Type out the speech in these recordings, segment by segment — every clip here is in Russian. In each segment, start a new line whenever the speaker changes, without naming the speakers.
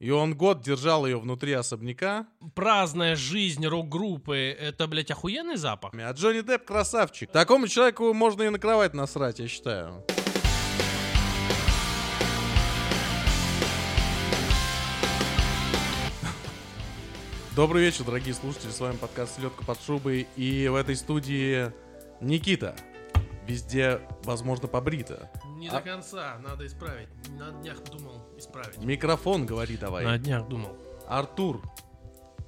И он год держал ее внутри особняка.
Праздная жизнь рок-группы — это, блядь, охуенный запах?
А Джонни Депп красавчик. Такому человеку можно и на кровать насрать, я считаю. Добрый вечер, дорогие слушатели. С вами подкаст «Селедка под шубой». И в этой студии Никита. Везде, возможно, побрита.
Не
А-
до конца, надо исправить. На днях думал исправить.
Микрофон, говори давай.
На днях думал.
Артур,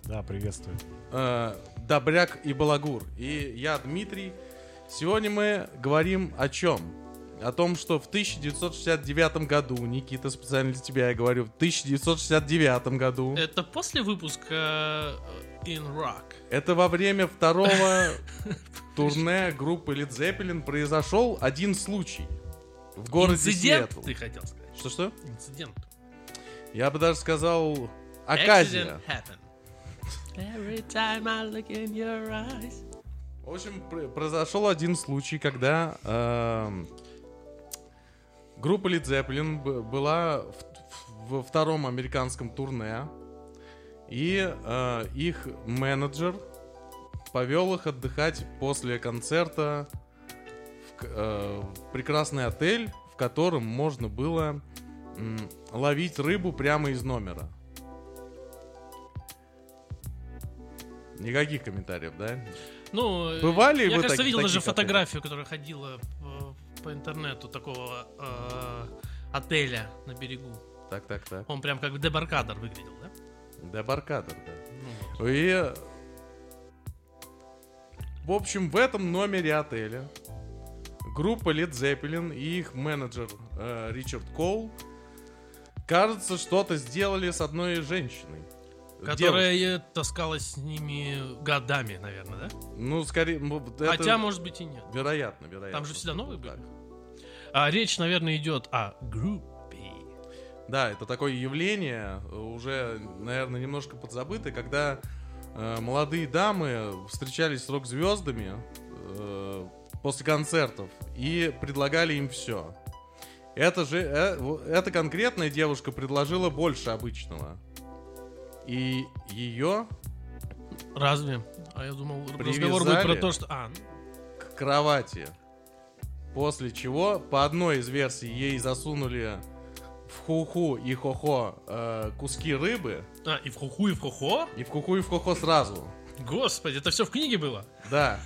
Да, приветствую.
э, Добряк и Балагур. И я, Дмитрий. Сегодня мы говорим о чем? О том, что в 1969 году, Никита, специально для тебя я говорю, в 1969 году,
Это после выпуска э, In Rock.
это во время второго турне группы Led Zeppelin произошел один случай в городе
Инцидент,
Сиэтл.
ты хотел сказать.
Что-что?
Инцидент.
Я бы даже сказал, оказия.
Accident happened. Every time I look in your eyes.
В общем, пр- произошел один случай, когда эм, группа Led Zeppelin б- была в- в- во втором американском турне, и э, их менеджер повел их отдыхать после концерта в, к- э, в прекрасный отель, в котором можно было м, ловить рыбу прямо из номера. Никаких комментариев, да?
Ну, э,
Бывали
я,
вы
кажется,
таки-
видел
такие
даже
отели?
фотографию, которая ходила э, по интернету такого э, отеля на берегу.
Так, так, так.
Он прям как дебаркадер выглядел, да?
Дебаркадер, да.
Ну, вот.
И... В общем, в этом номере отеля группа Led Zeppelin и их менеджер э, Ричард Коул, кажется, что-то сделали с одной женщиной.
Которая э, таскалась с ними годами, наверное, да?
Девушкой. Ну, скорее... ну, вот это
Хотя, может быть, и нет.
Вероятно, вероятно.
Там же всегда
что
новые
так.
были. А речь, наверное, идет о группе.
Да, это такое явление, э, уже, наверное, немножко подзабытое, когда э, молодые дамы встречались с рок-звездами э, после концертов и предлагали им все. Это же, э, во- эта конкретная девушка предложила больше обычного. И ее
Разве? А я думал, разговор
Привязали.
будет про то, что... А, ну,
к кровати. После чего, по одной из версий, ей засунули в хуху и хохо э, куски рыбы.
а, и в хуху, и в хухо?
И в хуху и в хохо сразу.
Господи, это все в книге было?
Да.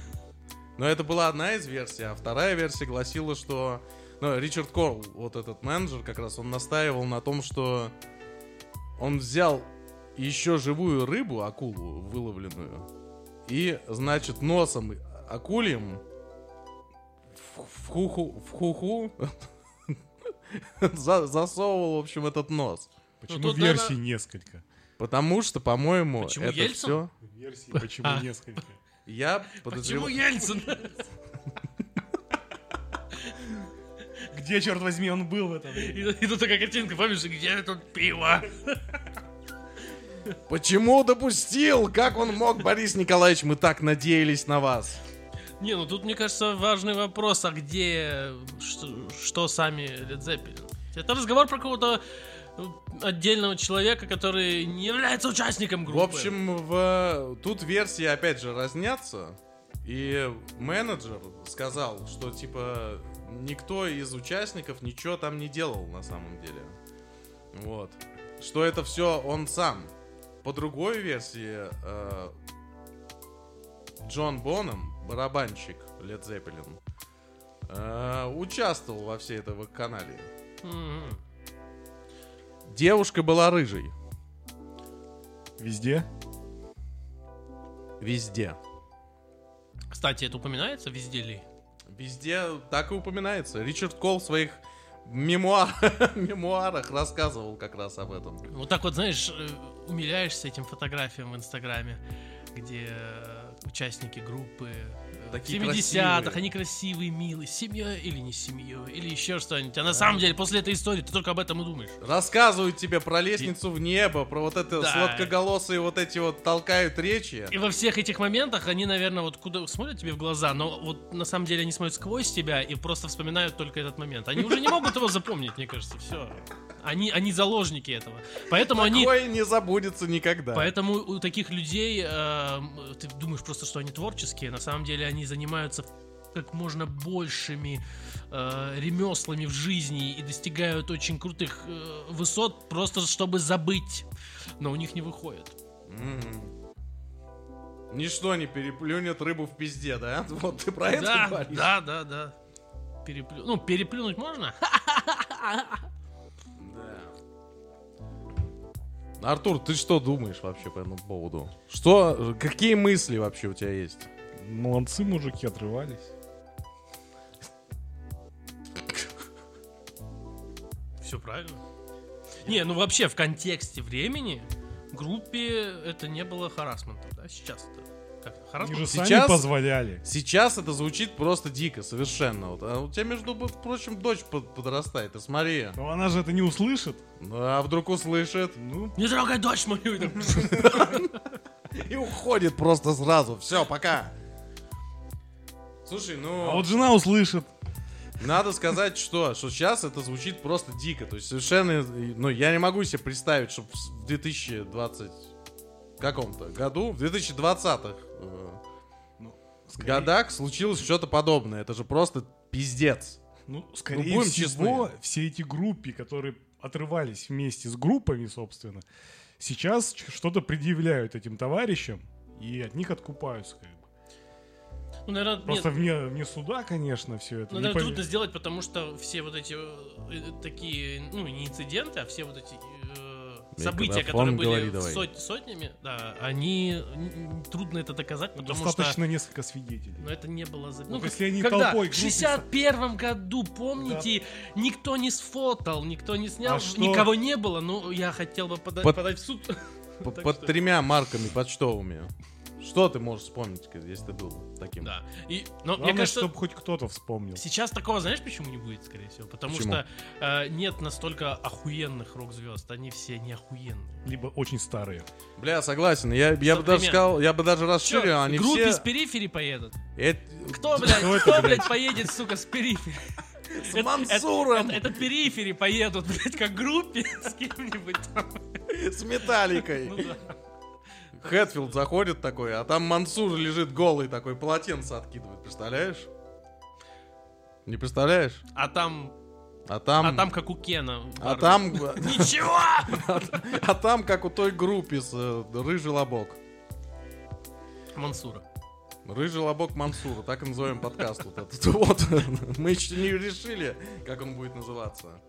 Но это была одна из версий, а вторая версия гласила, что... Ну, Ричард Корл, вот этот менеджер как раз, он настаивал на том, что он взял еще живую рыбу, акулу выловленную, и, значит, носом акулем в- в хуху, в хуху за- засовывал, в общем, этот нос.
Почему
тут,
версий
наверное-
несколько?
Потому что, по-моему,
Почему
это
Ельцин?
все...
Версий почему
А.
несколько?
Я
Почему
подозреваю...
Ельцин?
Где, черт возьми, он был в это
И
время?
и тут такая картинка, помнишь, где тут пиво?
Почему допустил? Как он мог, Борис Николаевич? Мы так надеялись на вас.
Не, ну тут, мне кажется, важный вопрос, а где, что, что сами Led Zeppelin? Это разговор про кого-то э, отдельного человека, который не является участником группы.
В общем, в... тут версии опять же разнятся. И менеджер сказал, что типа никто из участников ничего там не делал на самом деле. Вот. Что это все он сам. По другой версии, э, Джон Боном, барабанщик Led Zeppelin, э, участвовал во всей этой канале.
Мгм.
Девушка была рыжей.
Везде?
Везде.
Кстати, это упоминается везде ли?
Везде так и упоминается. Ричард Кол в своих мемуар- мемуарах рассказывал как раз об этом.
Вот так вот, знаешь, э, умиляешься этим фотографиям в Инстаграме, где э, участники группы э, в
Такие
70-х,
красивые.
они красивые, милые, с семьей или не с семьей, или еще что-нибудь. А на самом деле, после этой истории ты только об этом и думаешь.
Рассказывают тебе про лестницу в небо, про вот это
Да.
сладкоголосые вот эти вот толкают речи.
И во всех этих моментах они, наверное, вот куда смотрят тебе в глаза, но вот на самом деле они смотрят сквозь тебя и просто вспоминают только этот момент. Они уже не могут его запомнить, мне кажется, все. Они, они заложники этого. Поэтому они...
Такое не забудется никогда.
Поэтому у таких людей э, ты думаешь просто, что они творческие, на самом деле они занимаются как можно большими э, ремеслами в жизни и достигают очень крутых э, высот просто чтобы забыть, но у них не выходит.
М. Ничто не переплюнет рыбу в пизде, да? Вот ты про это
да,
говоришь?
да, да, да. Переплю... Ну, переплюнуть можно?
Да. Артур, ты что думаешь вообще по этому поводу? Что, какие мысли вообще у тебя есть?
Молодцы мужики отрывались.
Все правильно. Не, ну вообще в контексте времени группе это не было харасментом, да? Сейчас это как
Они
харасмент?
же
Сейчас-
сами позволяли.
Сейчас это звучит просто дико, совершенно. Вот. А у тебя, между прочим, дочь под- подрастает, ты смотри.
Но она же это не услышит.
Ну, А вдруг услышит
Ну,
Не трогай дочь мою! и так,
и уходит просто сразу. Все, пока. Слушай, ну...
а вот жена услышит.
Надо сказать, что, что сейчас это звучит просто дико. То есть совершенно, ну, я не могу себе представить, что в 2020 каком-то году, в 2020-х э,
Скорее-
годах случилось что-то подобное. Это же просто пиздец.
Ну, скорее
будем
всего,
честны.
все эти группы, которые отрывались вместе с группами, собственно, сейчас ч- что-то предъявляют этим товарищам и от них откупаются. Как бы.
Ну, наверное, нет.
Просто вне, вне суда, конечно, все это.
Ну,
Не
наверное,
пов-
трудно сделать, потому что все вот эти э, э, такие, ну, не инциденты, а все вот эти э, события,
Микрофон
которые
говори
были
давай.
сот- сотнями, да, они н- н- трудно это доказать, потому что
Достаточно несколько свидетелей.
но это не было за...
Вот
как-
если они
когда?
толпой
в
группе
61 году, помните, никто не сфотал, никто не снял,
А что?
никого не было. Ну, я хотел бы пода-
Под-
подать в суд.
П-
Так
Под
что-
тремя марками почтовыми. Что ты можешь вспомнить, если ты был таким?
Да. И, но
Главное,
мне кажется,
чтобы хоть кто-то вспомнил.
Сейчас такого, знаешь, почему не будет, скорее всего? Потому
Почему?
что э, нет настолько охуенных рок-звезд. Они все не охуенные.
Либо очень старые.
Бля, согласен. Я, я бы даже
Современно.
сказал, я бы даже расширил,
Чё,
они
группы
все...
с периферии поедут?
Эт-
Кто, блядь,
Кто это,
кто,
блядь?
блядь, поедет, сука, с периферии?
С
Это-
Мансуром,
Это, это периферии поедут, блядь, как группе с кем-нибудь там.
с Металликой.
Ну да.
Хэтфилд заходит такой, а там Мансур лежит голый такой, полотенце откидывает, представляешь? Не представляешь?
А там,
А там...
а там как у Кена.
А
Барбара.
там,
Ничего!
а там, как у той группы с э, Рыжий Лобок.
Мансура.
Рыжий Лобок Мансура, так и назовем подкаст вот этот. Вот, мы еще не решили, как он будет называться.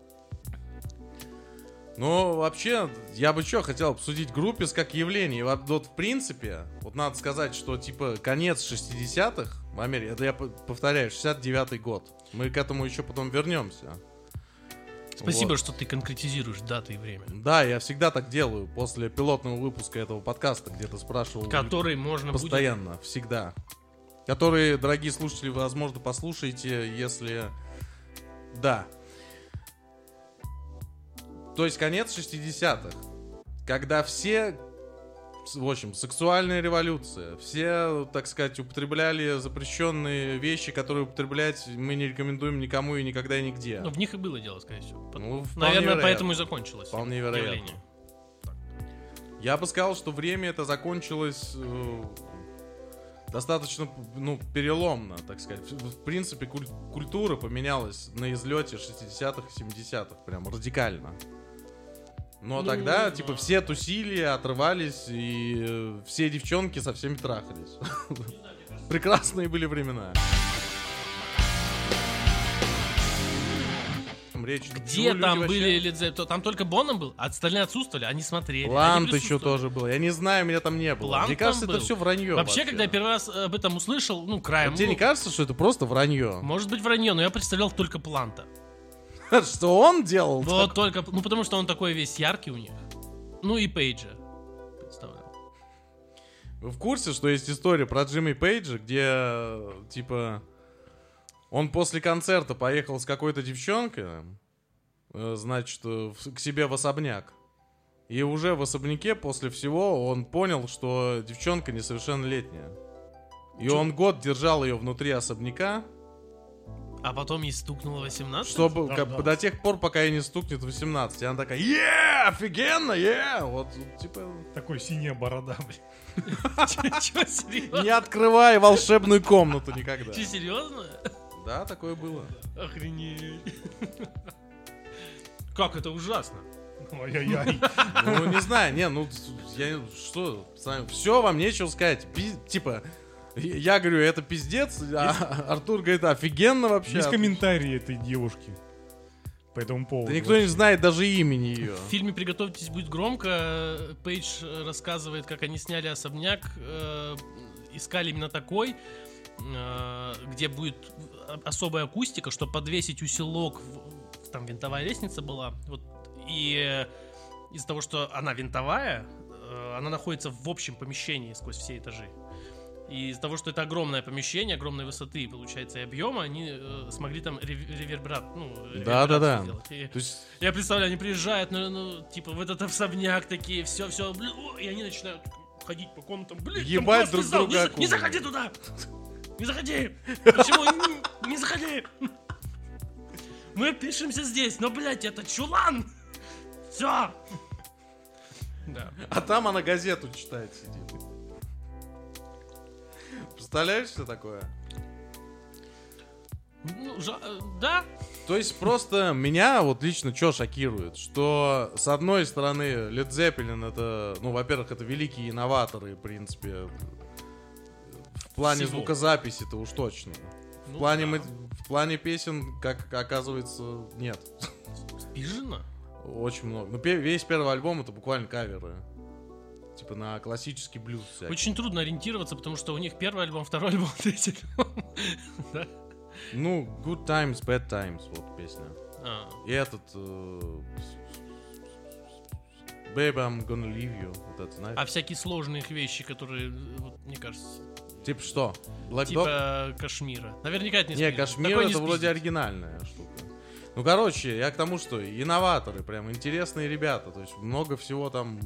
Ну, вообще, я бы что хотел обсудить группис как явление. И Вот, вот в принципе, вот надо сказать, что типа конец 60-х в Америке, это я п- повторяю, 69-й год. Мы к этому еще потом вернемся.
Спасибо,
Вот.
что ты конкретизируешь даты и время.
Да, я всегда так делаю после пилотного выпуска этого подкаста, где ты спрашивал
Которые можно будет...
постоянно, всегда. Которые, дорогие слушатели, вы, возможно, послушаете, если... Да. То есть конец 60-х, когда все, с- в общем, сексуальная революция, все, так сказать, употребляли запрещенные вещи, которые употреблять мы не рекомендуем никому и никогда и нигде.
Ну, в них и было дело, скорее всего.
Ну, вполне
Наверное,
вероятно.
поэтому и закончилось.
Вполне вероятно.
явление.
Я бы сказал, что время это закончилось э, достаточно, ну, переломно, так сказать. В в принципе, куль- культура поменялась на излете 60-х и 70-х, прям радикально. Но
Ну,
тогда,
да.
типа, все тусили, отрывались, и э, все девчонки со всеми трахались. Прекрасные были времена. Речь
Где
ну, люди
там
вообще-
были Led Zeppelin? Там только Боном был, а остальные отсутствовали, они смотрели. они
Блант еще
присутствовали.
тоже был. Я не знаю, меня там не было.
Блант
Мне кажется,
там
это
был.
все вранье.
Вообще, когда я первый раз э, об этом услышал, ну, краем.
Вот тебе не
ну,
кажется, что это просто вранье?
Может быть, вранье, но я представлял только Планта.
Что он делал?
Вот только... Ну, потому что он такой весь яркий у них. Ну и Пейджа. Представлял.
Вы в курсе, что есть история про Джимми Пейджа, где, э, типа, он после концерта поехал с какой-то девчонкой, э, значит, э, в- к себе в особняк. И уже в особняке после всего он понял, что девчонка несовершеннолетняя. И он год держал ее внутри особняка,
А потом ей стукнуло 18?
Чтобы
Да,
как
да.
бы до тех пор, пока ей не стукнет 18. И она такая, е, офигенно, е, вот, вот, типа,
Такой синяя борода, блин.
Чё, серьезно?
не открывай волшебную комнату никогда.
Чё, серьезно?
Да, такое было.
Охренеть. Как это ужасно.
Ой-ой-ой.
Ну, не знаю, не, ну, я, не- что, все, вам нечего сказать, Пи- типа, я говорю, это пиздец, а Артур говорит, офигенно вообще. А
Есть комментарии этой девушки по этому поводу.
Да никто не знает даже имени ее.
В фильме «Приготовьтесь, будет громко» э, Пейдж рассказывает, как они сняли особняк, э, искали именно такой, э, где будет о- особая акустика, чтобы подвесить усилок, в- там винтовая лестница была, вот, и э, из-за того, что она винтовая, э, она находится в общем помещении сквозь все этажи. И из-за того, что это огромное помещение, огромной высоты, получается, и объема, они э, смогли там рев- ревербрат, ну,
Да-да-да.
реверберацию сделать. И-
То есть,
я представляю, они приезжают, ну, ну, типа, в этот особняк такие, все, все, блин, о, и они начинают ходить по комнатам, блин, там
Ебать
классный
друг
зал,
друга
не, за- не
окунами.
заходи туда! Не заходи! Почему? Не- Не заходи! Мы пишемся здесь, но, блядь, это чулан! Все! Да.
а там она газету читает сидит. Представляешь, что такое?
Ну, жа- э, да,
То есть просто меня вот лично что шокирует, что с одной стороны Led Zeppelin это, ну, во-первых, это великие инноваторы, в принципе, в плане
Всего.
звукозаписи это уж точно. В
Ну
плане,
да.
мы- в плане песен, как оказывается, нет.
пижина.
Очень много. Ну, пе- весь первый альбом это буквально каверы. Типа на классический блюз всякий.
Очень трудно ориентироваться, потому что у них первый альбом, второй альбом, третий альбом. Да.
Ну, Good Times, Bad Times, вот песня.
А,
И этот... э, Baby, I'm gonna leave you. Вот это, знаешь?
А всякие сложные их вещи, которые, э, вот, мне кажется,
Типа что? Black Dog?
типа Кашмира. Наверняка это не
Не,
спиздит.
Кашмир
Такое не
это вроде
спиздит.
оригинальная штука. Ну, короче, я к тому, что инноваторы, прям интересные ребята. То есть много всего там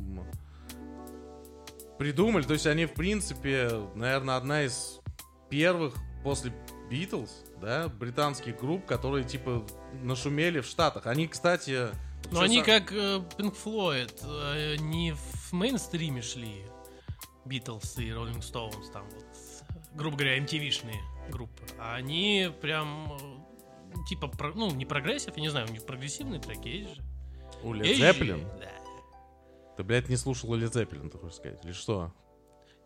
придумали. То есть они, в принципе, наверное, одна из первых после Битлз, да, британских групп, которые, типа, нашумели в Штатах. Они, кстати...
Но
всё
Ну, они
сам-
как э, Пинк Флойд, э, не в мейнстриме шли. Битлз и Роллинг Стоунс, там вот, грубо говоря, MTV-шные группы. А они прям, э, типа, про- ну, не прогрессив, я не знаю, у них прогрессивные треки есть же.
У Led
Есть же,
Zeppelin?
да.
Ты, блядь, не слушал Led Zeppelin, ты хочешь сказать? Или что?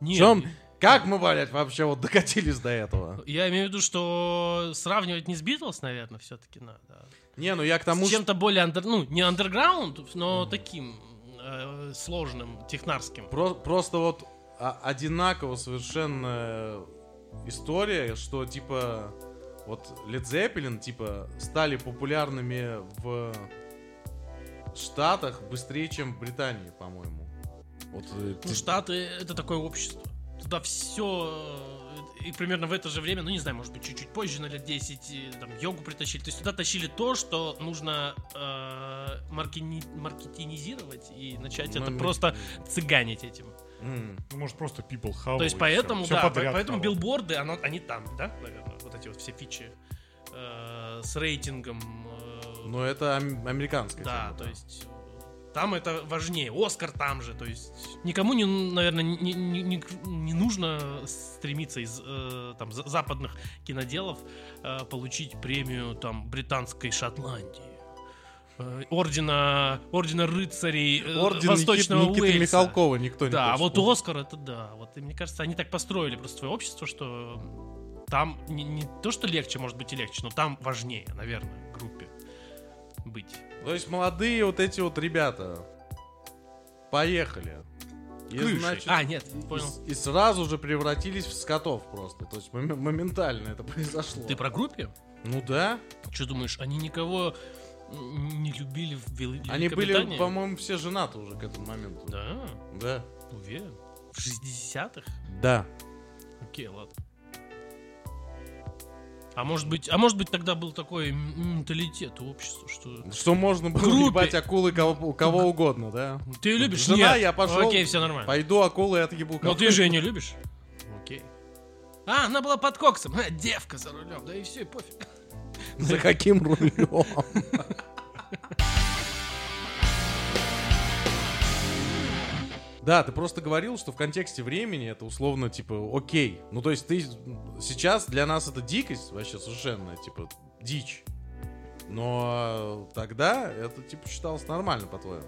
Не,
Чем? Как мы, блядь, вообще вот докатились до этого?
Я имею в виду, что сравнивать не с Битлз, наверное, все-таки надо.
Не, ну я к тому,
с чем-то более андер, ну не андерграунд, но таким э, сложным технарским.
Про- просто вот а- одинаково совершенно история, что типа вот Led Zeppelin типа стали популярными в Штатах быстрее, чем в Британии, по-моему. Вот э,
Ну,
ты-
Штаты это такое общество. Туда все и примерно в это же время, ну не знаю, может быть чуть-чуть позже, на лет 10, и там йогу притащили. То есть туда тащили то, что нужно э, маркини- маркетинизировать и начать
Ну,
это
мы-
просто цыганить этим.
М.
Ну, может, просто people how.
То есть поэтому, да, по- поэтому
билборд
билборды, оно- они там, да, наверное, вот эти вот все фичи э, с рейтингом. э,
Но это ам- американская
Да,
тема,
то есть э, там это важнее. Оскар там же, то есть никому не, наверное, не, не- не- не нужно стремиться из э, там за- западных киноделов э, получить премию там британской Шотландии. Э, Ордена, ордена рыцарей э,
Орден
Восточного
Никит- Никиты
Уэльса.
Михалкова никто не
Да, а
хочет
вот
слушать.
Оскар это да. Вот, и мне кажется, они так построили просто свое общество, что там не, не то, что легче, может быть и легче, но там важнее, наверное, группе быть.
То есть молодые вот эти вот ребята поехали. И,
Крышей.
значит,
А, нет,
И
понял.
с- И, сразу же превратились в скотов просто. То есть мом- моментально это произошло.
Ты про группе?
Ну да.
Что думаешь, они никого м, не любили в Вел-
Они
Великобритании?
были, по-моему, все женаты уже к этому моменту.
Да,
Да.
уверен. В 60-х?
Да.
Окей, ладно. А может быть, а может быть тогда был такой м- менталитет у общества, что
Что можно было
Группе.
ебать акулы кого, у кого угодно, да?
ты любишь?
Ну, Жена,
Нет.
я пошел.
Окей, все нормально.
Пойду акулы и отъебу
Но
кого-
Ну, ты же ее не любишь. Окей. А, она была под коксом. Ха, девка за рулем. Да и все, и пофиг.
За каким рулем? Да, ты просто говорил, что в контексте времени это условно, типа, окей. Ну, то есть ты сейчас для нас это дикость вообще совершенно, типа, дичь. Но э, тогда это, типа, считалось нормально, по-твоему.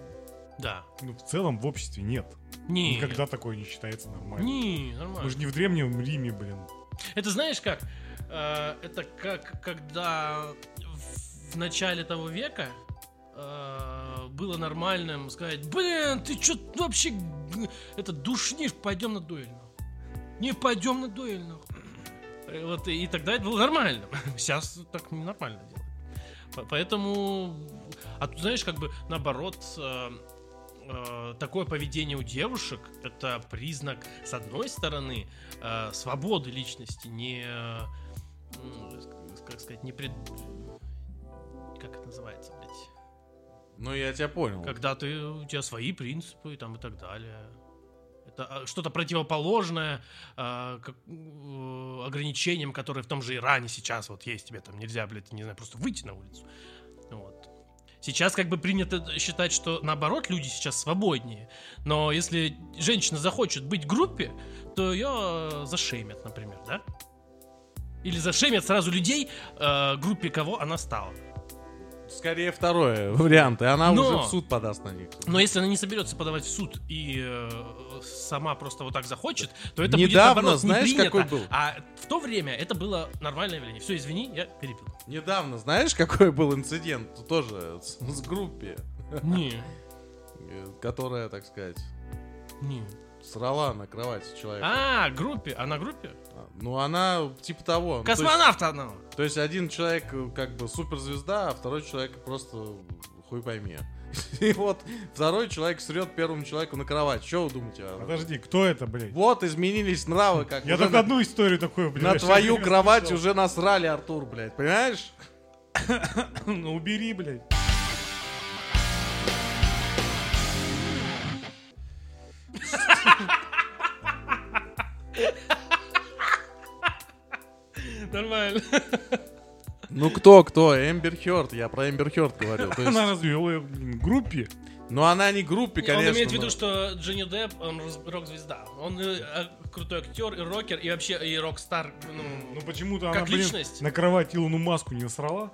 Да.
Ну, в целом в обществе нет.
Не.
Никогда такое не считается нормально.
Не, нормально.
Мы же не в древнем Риме, блин.
Это знаешь как? Э, Это как когда в- в начале того века э, было нормальным сказать, блин, ты чё вообще г- это душнишь, пойдем на дуэль. нахуй». Не пойдем на дуэль. нахуй». Э, Вот, и и тогда это было нормально. Сейчас так ненормально делать. По- Поэтому, а тут знаешь, как бы наоборот, э, э, такое поведение у девушек это признак, с одной стороны, э, свободы личности, не, э, м, ск- как сказать, не пред... Как это называется, блядь?
Ну, я тебя понял.
Когда ты, у тебя свои принципы там, и так далее. Это а, что-то противоположное а, как, э, ограничениям, которые в том же Иране сейчас вот есть. Тебе там нельзя, блядь, не знаю, просто выйти на улицу. Вот. Сейчас как бы принято считать, что наоборот люди сейчас свободнее. Но если женщина захочет быть в группе, то ее зашемят, например, да? Или зашемят сразу людей, э, группе кого она стала.
Скорее второе вариант, и она
Но-
уже в суд подаст на них.
Но если она не соберется подавать в суд и э, сама просто вот так захочет, то это будет
Недавно,
наоборот, не
знаешь,
принято.
какой был?
А в то время это было нормальное явление. Все, извини, я перепил.
Недавно, знаешь, какой был инцидент? Тоже с, с группе,
Не,
э, которая, так сказать,
не.
срала на кровати человека.
А, группе, а на группе?
Ну, она типа того. Ну, то есть-
Космонавта одного.
То есть, один человек э, как бы суперзвезда, а второй человек просто хуй пойми. И вот второй человек срет первому человеку на кровать. Что вы думаете? а?
Подожди, кто это, блядь?
Вот изменились нравы, как
Я
уже
только
на-
одну историю такую, блядь.
на
я
твою
сейчас
кровать
слышал.
уже насрали, Артур, блядь, понимаешь?
Ну убери, блядь.
Нормально.
Ну кто, кто? Эмбер Хёрд, я про Эмбер Хёрд говорил. То есть-
Она развела ее, блин, группе.
Но она не группе,
Не,
конечно.
Он имеет в виду,
но-
что Джонни Депп, он раз- рок-звезда. Он э, а- крутой актер и рокер, и вообще и рок-стар. Ну,
Ну почему-то
Как
она, блин,
личность?
на кровать Илону Маску не насрала.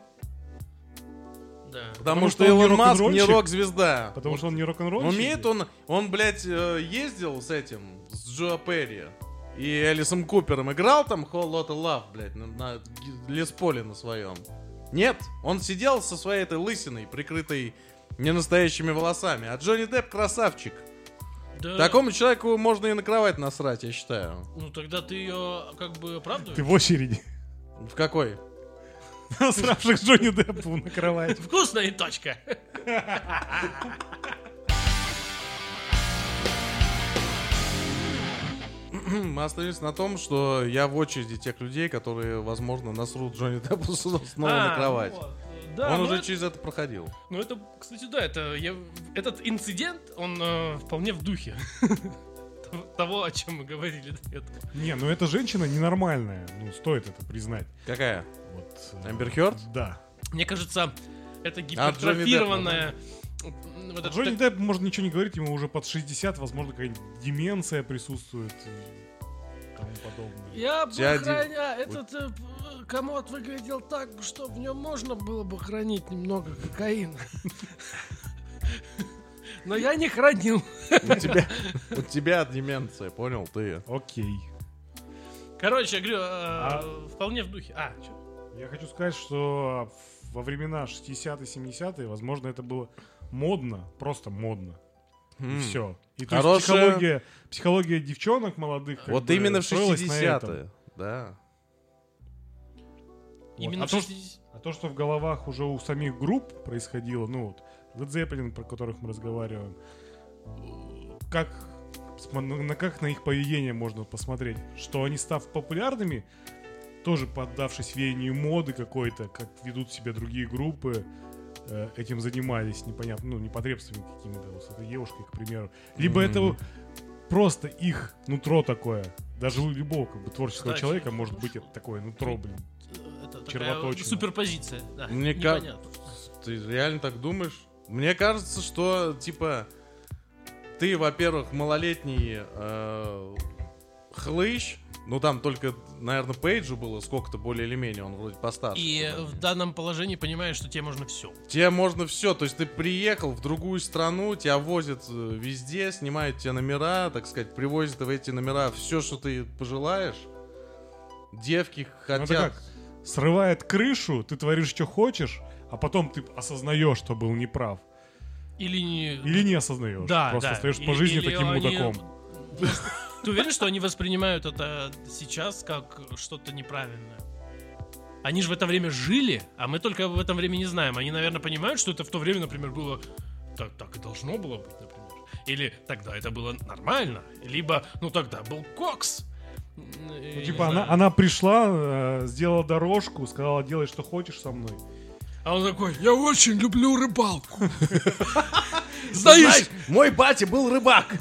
да.
Потому
потому
что
что он не
Илон Маск не
рок-н-ролльщик.
рок-звезда.
Потому что он не рок-н-ролл.
Ну, Умеет он... Он, блядь, э, ездил с этим, с Джо Перри. И Элисом Купером играл там Whole Lotta Love, блядь, на, на ги- лесполе на своем. Нет, он сидел со своей этой лысиной, прикрытой ненастоящими волосами. А Джонни Депп красавчик.
Да.
Такому человеку можно и на кровать насрать, я считаю.
Ну тогда ты ее как бы оправдываешь?
Ты в очереди.
В какой?
Насравших Джонни Деппу на кровать.
Вкусно и точка.
Мы остановились на том, что я в очереди тех людей, которые, возможно, насрут Джонни Деппу снова на
А,
кровать.
вот. Да,
он
ну
уже
это-
через это проходил.
Ну это, кстати, да, это я- этот инцидент, он э, вполне в духе того, о чем мы говорили до этого.
Не, ну эта женщина ненормальная. Ну стоит это признать.
Какая?
Вот. э,
Эмбер Хёрд?
Да.
Мне кажется,
А,
это
Джонни Деппа,
гипертрофированная... м, вот это
Джонни
так-
Депп можно ничего не говорить, ему уже под 60, возможно, какая-нибудь деменция присутствует и тому подобное.
Я бы
Дядя-
храня, этот э, п- комод выглядел так, что в нем можно было бы хранить немного кокаина. Но я не хранил.
У тебя, у тебя деменция, понял ты?
Окей.
Короче, я говорю, э,
А-
вполне в духе. А, чё?
Я хочу сказать, что во времена 60-70-е, возможно, это было модно, просто модно. И
М.
все. И то
Хорошая-
есть психология, психология девчонок молодых. как
Вот
бы,
именно в
строилась на этом.
60-е. Да.
Вот.
Именно
а, то,
в
что,
60
а то, что в головах уже у самих групп происходило, ну вот, Led Zeppelin, про которых мы разговариваем, э, как, смо- на, на- как на их поведение можно посмотреть, что они, став популярными, тоже поддавшись веянию моды какой-то, как ведут себя другие группы, э, этим занимались, непонятно, ну, непотребствами какими-то, вот с этой девушкой, к примеру. Либо
Мгм.
это просто их нутро такое. Даже у любого как бы, творческого
Кстати,
человека может быть это такое нутро, блин.
этот э, такая вот
червоточина.
суперпозиция. Да,
Мне ка-
непонятно.
Ты реально так думаешь? Мне кажется, что, типа, ты, во-первых, малолетний э, хлыщ, ну там только, наверное, Пейджу было сколько-то более или менее, он вроде постарше.
И в данном положении понимаешь, что тебе можно все.
Тебе можно все, то есть ты приехал в другую страну, тебя возят э, везде, снимают тебе номера, так сказать, привозят в эти номера все, что ты пожелаешь. Девки
Ну, это
хотят...
как? Срывает крышу, ты творишь, что хочешь, а потом ты осознаешь, что был неправ.
Или не...
Или не осознаешь.
Да,
Просто
да.
остаешься по
Или-
жизни
или
таким
они-
мудаком.
Ты уверен, что они воспринимают это сейчас как что-то неправильное? Они же в это время жили, а мы только в этом время не знаем. Они, наверное, понимают, что это в то время, например, было так, так и должно было быть, например. Или тогда это было нормально, либо, ну тогда был кокс.
Ну, типа, она, она пришла, э, сделала дорожку, сказала, делай, что хочешь со мной.
А он такой, я очень люблю рыбалку. Знаешь,
мой батя был рыбак.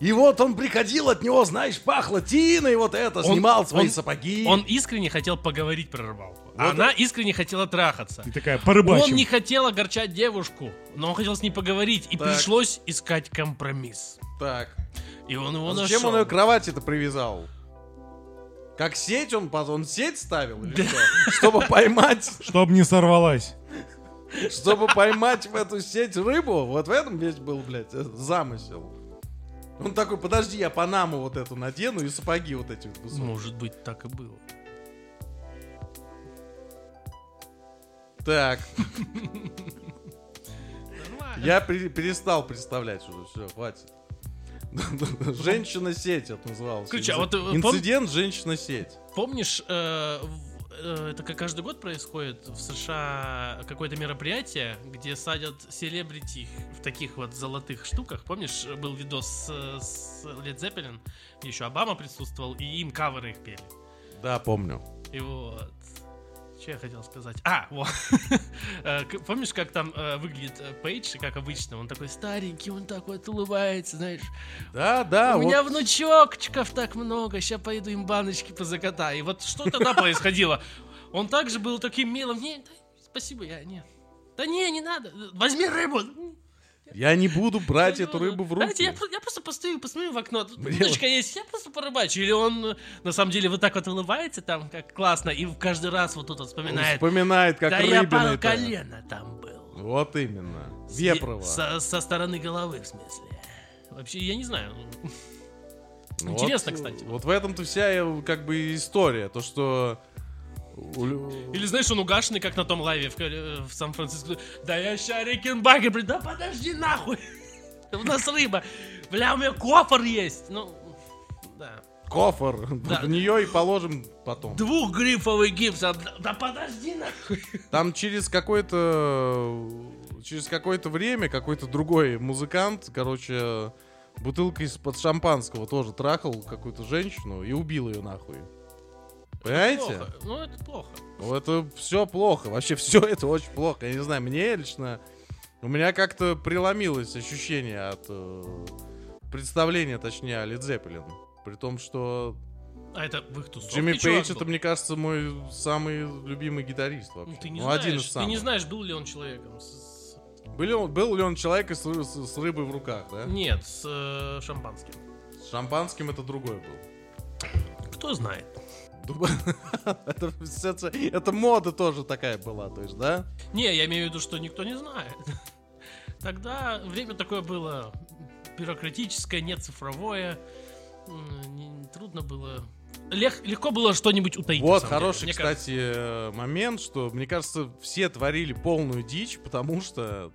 И вот он приходил от него, знаешь, пахло тиной, вот это,
Он-
снимал свои
он-
сапоги.
он искренне хотел поговорить про рыбалку. а Она искренне хотела трахаться.
Ты такая,
Он
порыбачим.
не хотел огорчать девушку, но он хотел с ней поговорить, и
Так.
пришлось искать компромисс.
Так.
И он его
А
нашел.
зачем он ее к кровати-то привязал? Как сеть он, поз- он сеть ставил или что? Чтобы поймать,
Чтоб не сорвалась.
чтобы поймать в эту сеть рыбу, вот в этом весь был, блядь, э, замысел. Он такой, подожди, я панаму вот эту надену и сапоги вот эти вот высу».
Может быть, так и было.
Так,
Нормально.
я пере- перестал представлять уже, все, хватит. Женщина-сеть это называлось.
Короче, а вот, э, пом-
Инцидент женщина-сеть.
Помнишь, э, в- э, это как каждый год происходит в США какое-то мероприятие, где садят селебрити в таких вот золотых штуках. Помнишь, был видос э, с Лед Зеппелин, еще Обама присутствовал, и им каверы их пели.
Да, помню.
И вот. Что я хотел сказать? А, вот. Э, к- Помнишь, как там э, выглядит э, Пейдж, как обычно? Он такой старенький, он так вот улыбается, знаешь.
Да, да,
У
А, вот
меня внучокчиков так много, сейчас пойду им баночки позакатаю. И вот что тогда происходило? Он также был таким милым. Не, да, спасибо, я, нет. Да не, не надо. Возьми рыбу.
я не буду брать эту
Ну,
рыбу в
Знаете, я,
руки.
про- я просто постою, посмотрю в окно. Тут
Мне
удочка есть, я просто порыбачу. Или он э, на самом деле вот так вот улыбается там, как классно, и в каждый раз вот тут
Он
вот вспоминает.
Вспоминает, как
да я
рыбина
по
это.
колено там был.
Вот именно.
С-
Вепрово.
Со, со стороны головы, в смысле. Вообще, я не знаю.
Ну
Интересно,
вот,
кстати.
Вот в этом-то вся э, как бы история. То, что... у лю-
Или знаешь, он угашенный, как на том лайве в, Кали- в Сан-Франциско. Да я ща Рикенбагер, блин, да подожди нахуй. У нас рыба. Бля, у меня кофр есть. Ну, да.
Кофр.
Да.
В нее и положим потом.
Двухгрифовый гипс. а, Да, да подожди нахуй.
Там через какое-то... Через какое-то время какой-то другой музыкант, короче, бутылкой из-под шампанского тоже трахал какую-то женщину и убил ее нахуй. Понимаете?
Плохо. Ну, это плохо.
Ну, Это все плохо. Вообще все это очень плохо. Я не знаю, мне лично... У меня как-то преломилось ощущение от... э, представление, точнее, о Led Zeppelin. При том, что
А это в их тусовке
Джимми
чувак
Пейдж,
был.
это, мне кажется, мой самый любимый гитарист вообще.
Ну, ты не
Ну,
знаешь,
один из
ты
самых.
не знаешь, был ли он человеком. с- с-
Были он- был ли он человек с, ры- с- с рыбой в руках, да?
Нет, с э, шампанским.
С шампанским это другой был.
Кто знает.
Дуб- это, всё ц- это мода тоже такая была, то есть, да?
Не, я имею в виду, что никто не знает. Тогда время такое было бюрократическое, не цифровое. М, не- трудно было. Лег- легко было что-нибудь утаить. на
Вот
самом деле,
хороший,
мне кажется.
кстати, э, момент, что, мне кажется, все творили полную дичь, потому что,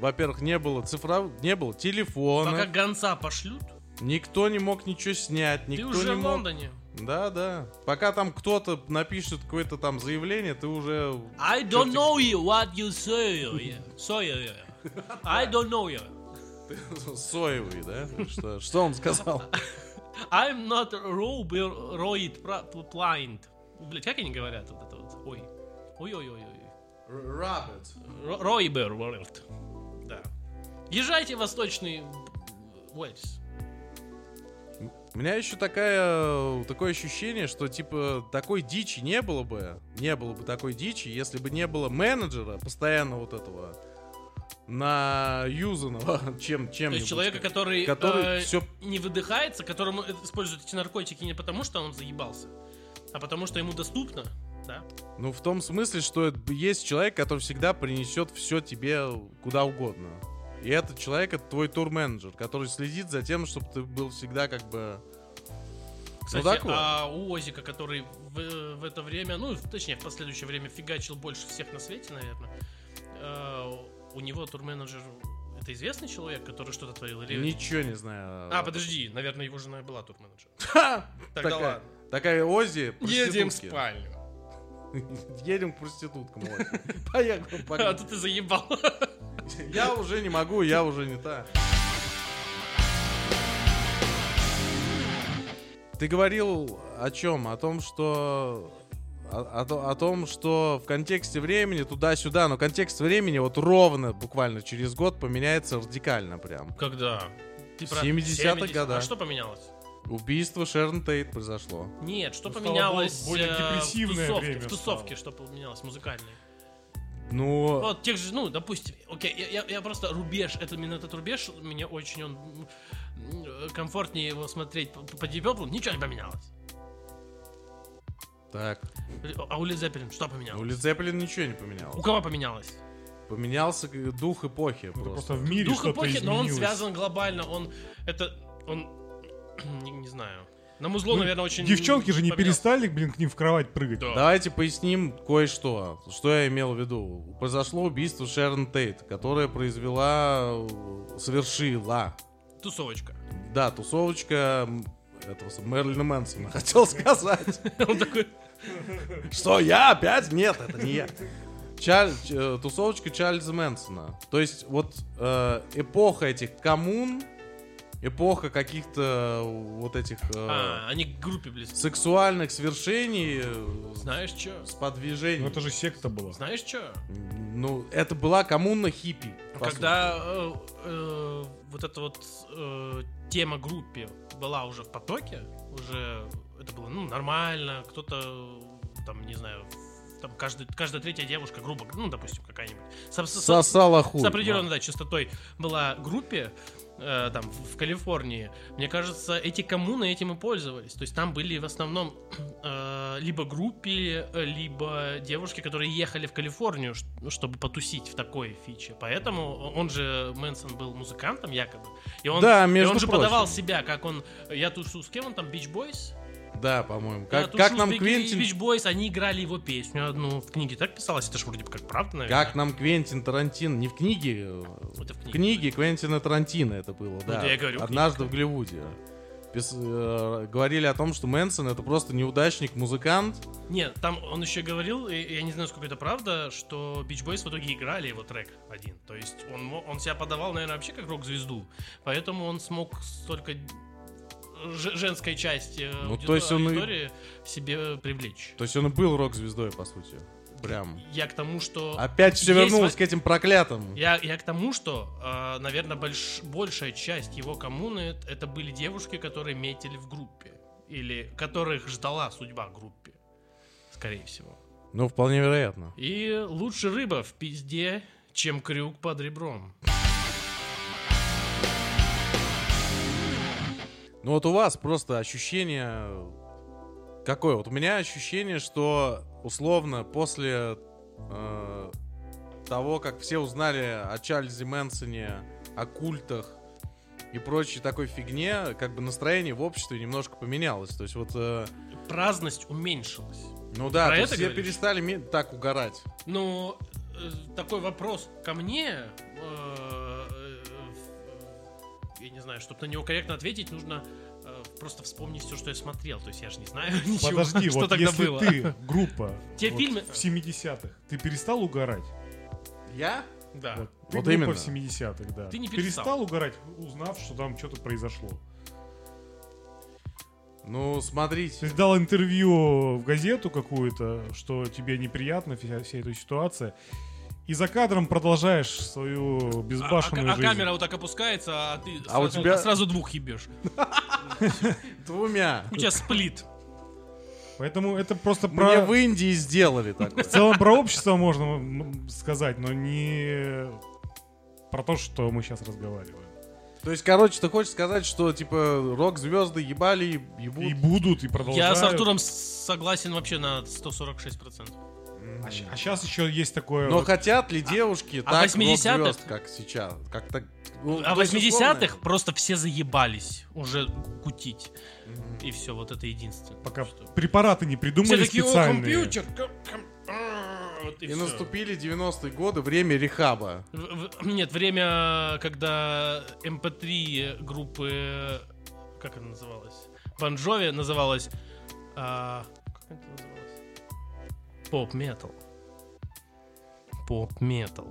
во-первых, не было цифра, не было
Пока
телефона,
гонца пошлют,
никто не мог ничего снять, никто
ты уже
не
в
мог.
Лондоне.
Да, да. Пока там кто-то напишет какое-то там заявление, ты уже.
I don't know you, what you say. yeah. Say, yeah. I don't know you. А.
Соевый, да? Что, что он сказал?
I'm not roid blind. Блять, как они говорят вот это вот? Ой. Ой-ой-ой-ой.
Rabbit.
Ро- Ройбер World. Да. Езжайте в Восточный Уэльс.
У меня еще такая, э, такое ощущение, что типа такой дичи не было бы, не было бы такой дичи, если бы не было менеджера постоянно вот этого на юзанного чем чем
То есть человека, который,
который
э,
все
не выдыхается, которому э, используют эти наркотики не потому, что он заебался, а потому, что ему доступно, да?
ну в том смысле что это есть человек который всегда принесет все тебе э, куда угодно и этот человек это твой тур менеджер который следит за тем чтобы ты был всегда как бы ну,
Кстати,
так вот.
а у Озика, который в, в это время, ну, в- точнее, в последующее время фигачил больше всех на свете, наверное, э, у него турменеджер это известный человек, который что-то творил? Или...
ничего не знаю
А, подожди, наверное, его жена и была турменеджер.
Ха!
Тогда
такая,
ладно.
такая Ози
Едем в
проститутки.
спальню.
Едем к проституткам. Вася. Поехали,
А
погнали.
то ты заебал.
Я уже не могу, я уже не та. Ты говорил о чем? О том, что о, о то- о том, что в контексте времени туда-сюда, но контекст времени вот ровно, буквально через год поменяется радикально прям.
Когда? Ты про
70-х
70-х.
годах.
А что поменялось?
Убийство Шерн Тейт произошло.
Нет, что
Ну, стало
поменялось
бо- более
э,
депрессивное
в тусовке,
время
в тусовке
стало.
что поменялось музыкальной.
Ну,
Вот тех же, ну, допустим, окей, я, я- я просто рубеж, это именно этот рубеж, мне очень он м, м, комфортнее его смотреть по, по Deep Purple, ничего не поменялось.
так.
А у Led Zeppelin что поменялось?
У Led Zeppelin ничего не
У
поменялось.
кого поменялось?
Поменялся э, дух эпохи
Ну, Это
просто.
просто в мире
Дух
что-то
эпохи, но он
изменилось.
связан глобально, он, это, он, не, не знаю, на музло,
Ну,
наверное, очень...
Девчонки же не
поменялось.
перестали, блин, к ним в кровать прыгать.
Да.
Давайте поясним кое-что, что я имел в виду. Произошло убийство Шерон Тейт, которое произвела, э, совершила,
Тусовочка.
да, тусовочка м, этого сам- Мэрилина Мэнсона, хотел сказать.
Он такой,
Что, я опять? Нет, это не я. Чарль- э, тусовочка Чарльза Мэнсона. То есть вот э, эпоха этих коммун, эпоха каких-то вот этих э,
а, они к группе близки.
сексуальных свершений, э,
Знаешь что?
с подвижением.
Ну это же секта была.
Знаешь что?
Ну, это была коммуна хиппи. по
Когда э, э, вот эта вот э, тема группе была уже в потоке, уже это было ну, нормально, кто-то э, там, не знаю, там каждый, каждая третья девушка, грубо, ну, допустим, какая-нибудь, с, с-
сути.
с-
Сосала хуй.
с определенной, да, частотой была группе, э, там, в в Калифорнии, мне кажется, эти коммуны этим и пользовались. То есть там были в основном э, либо группы, э, либо девушки, которые ехали в Калифорнию, ш- ну, чтобы потусить в такой фиче. Поэтому он же, Мэнсон был музыкантом якобы. И он,
Да,
и
между
он же
прочим.
подавал себя, как он... Я тушу с кем он там, Бич Бойс?
Да, по-моему.
Я
Как,
тушу
как
с
нам
Биг-
Квентин...
Бич Бойс, они играли его песню одну. В книге так писалось, это ж вроде бы как правда, наверное.
Как нам Квентин Тарантино... Не в книге... э,
Это в
В
книге.
книге Квентина Тарантино это было, да.
это я говорю, книга.
Однажды в Голливуде. Пис- э, говорили о том, что Мэнсон это просто неудачник, музыкант.
Нет, там он еще говорил, и я не знаю, сколько это правда, что Бич Бойс в итоге играли его трек один. То есть он, мо- он себя подавал, наверное, вообще как рок-звезду. Поэтому он смог столько ж- женской части э,
Ну,
ауди-
то есть он и-
аудитории в себе привлечь.
То есть он и был рок-звездой, по сути. Прям. А
Я к тому, что...
Опять все
Есть
вернулось
во-
к этим проклятым.
Я, я к тому, что, э, наверное, большая часть его коммуны это- это были девушки, которые метили в группе. Или которых ждала судьба группе. Скорее всего.
Ну, вполне вероятно.
И лучше рыба в пизде, чем крюк под ребром.
Ну вот у вас просто ощущение э, какое? Вот у меня ощущение, что условно после э, того, как все узнали о Чарльзе Мэнсоне, о культах и прочей такой фигне, как бы настроение в обществе немножко поменялось. То есть вот, э,
Праздность уменьшилась.
ну да,
Про
то
это
все
говоришь?
перестали ми- так угорать.
Но э, такой вопрос ко мне, э, э, в- я не знаю, чтобы на него корректно ответить, нужно э, просто вспомнить все, что я смотрел. То есть я же не знаю ничего,
Подожди,
что
вот
тогда
если
было.
ты, группа,
Те
вот
фильмы-
в 70-х, ты перестал угорать?
Я?
Да. А,
Вот, ты
Вот
группа
именно.
в 70-х, да.
Ты не перестал
перестал угорать, узнав, что там что-то произошло.
Ну,
Ты
смотрите.
дал интервью в газету какую-то, что тебе неприятно вся, вся эта ситуация, и за кадром продолжаешь свою
А, а-
безбашенную
а
жизнь.
камера вот так опускается, а ты
А у
сразу,
тебя-
сразу двух ебешь.
Двумя.
У тебя сплит.
Поэтому это просто
Мне
про...
в Индии сделали такое.
В целом про общество можно м, сказать, но не про то, что мы сейчас разговариваем.
То есть, короче, ты хочешь сказать, что, типа, рок-звезды ебали, ебут.
И будут, и продолжают.
Я с Артуром с- согласен вообще на 146%.
А сейчас еще есть такое...
Но
вот-
Ну, хотят ли девушки
а
так
80-х?
рок-звезд, как сейчас? Как так... ну,
А в
то есть,
80-х
условно,
просто все заебались уже кутить. И все, вот это единственное.
Пока
что-
препараты не
Все
придумали
такие, о,
специальные.
компьютер! ком- ком- а, вот и
И
всё.
наступили 90-е годы, время рехаба.
В- в- Нет, время, когда MP3 группы... Как она называлась? Банжови называлась... а, Как она называлась? Поп-метал. Поп-метал.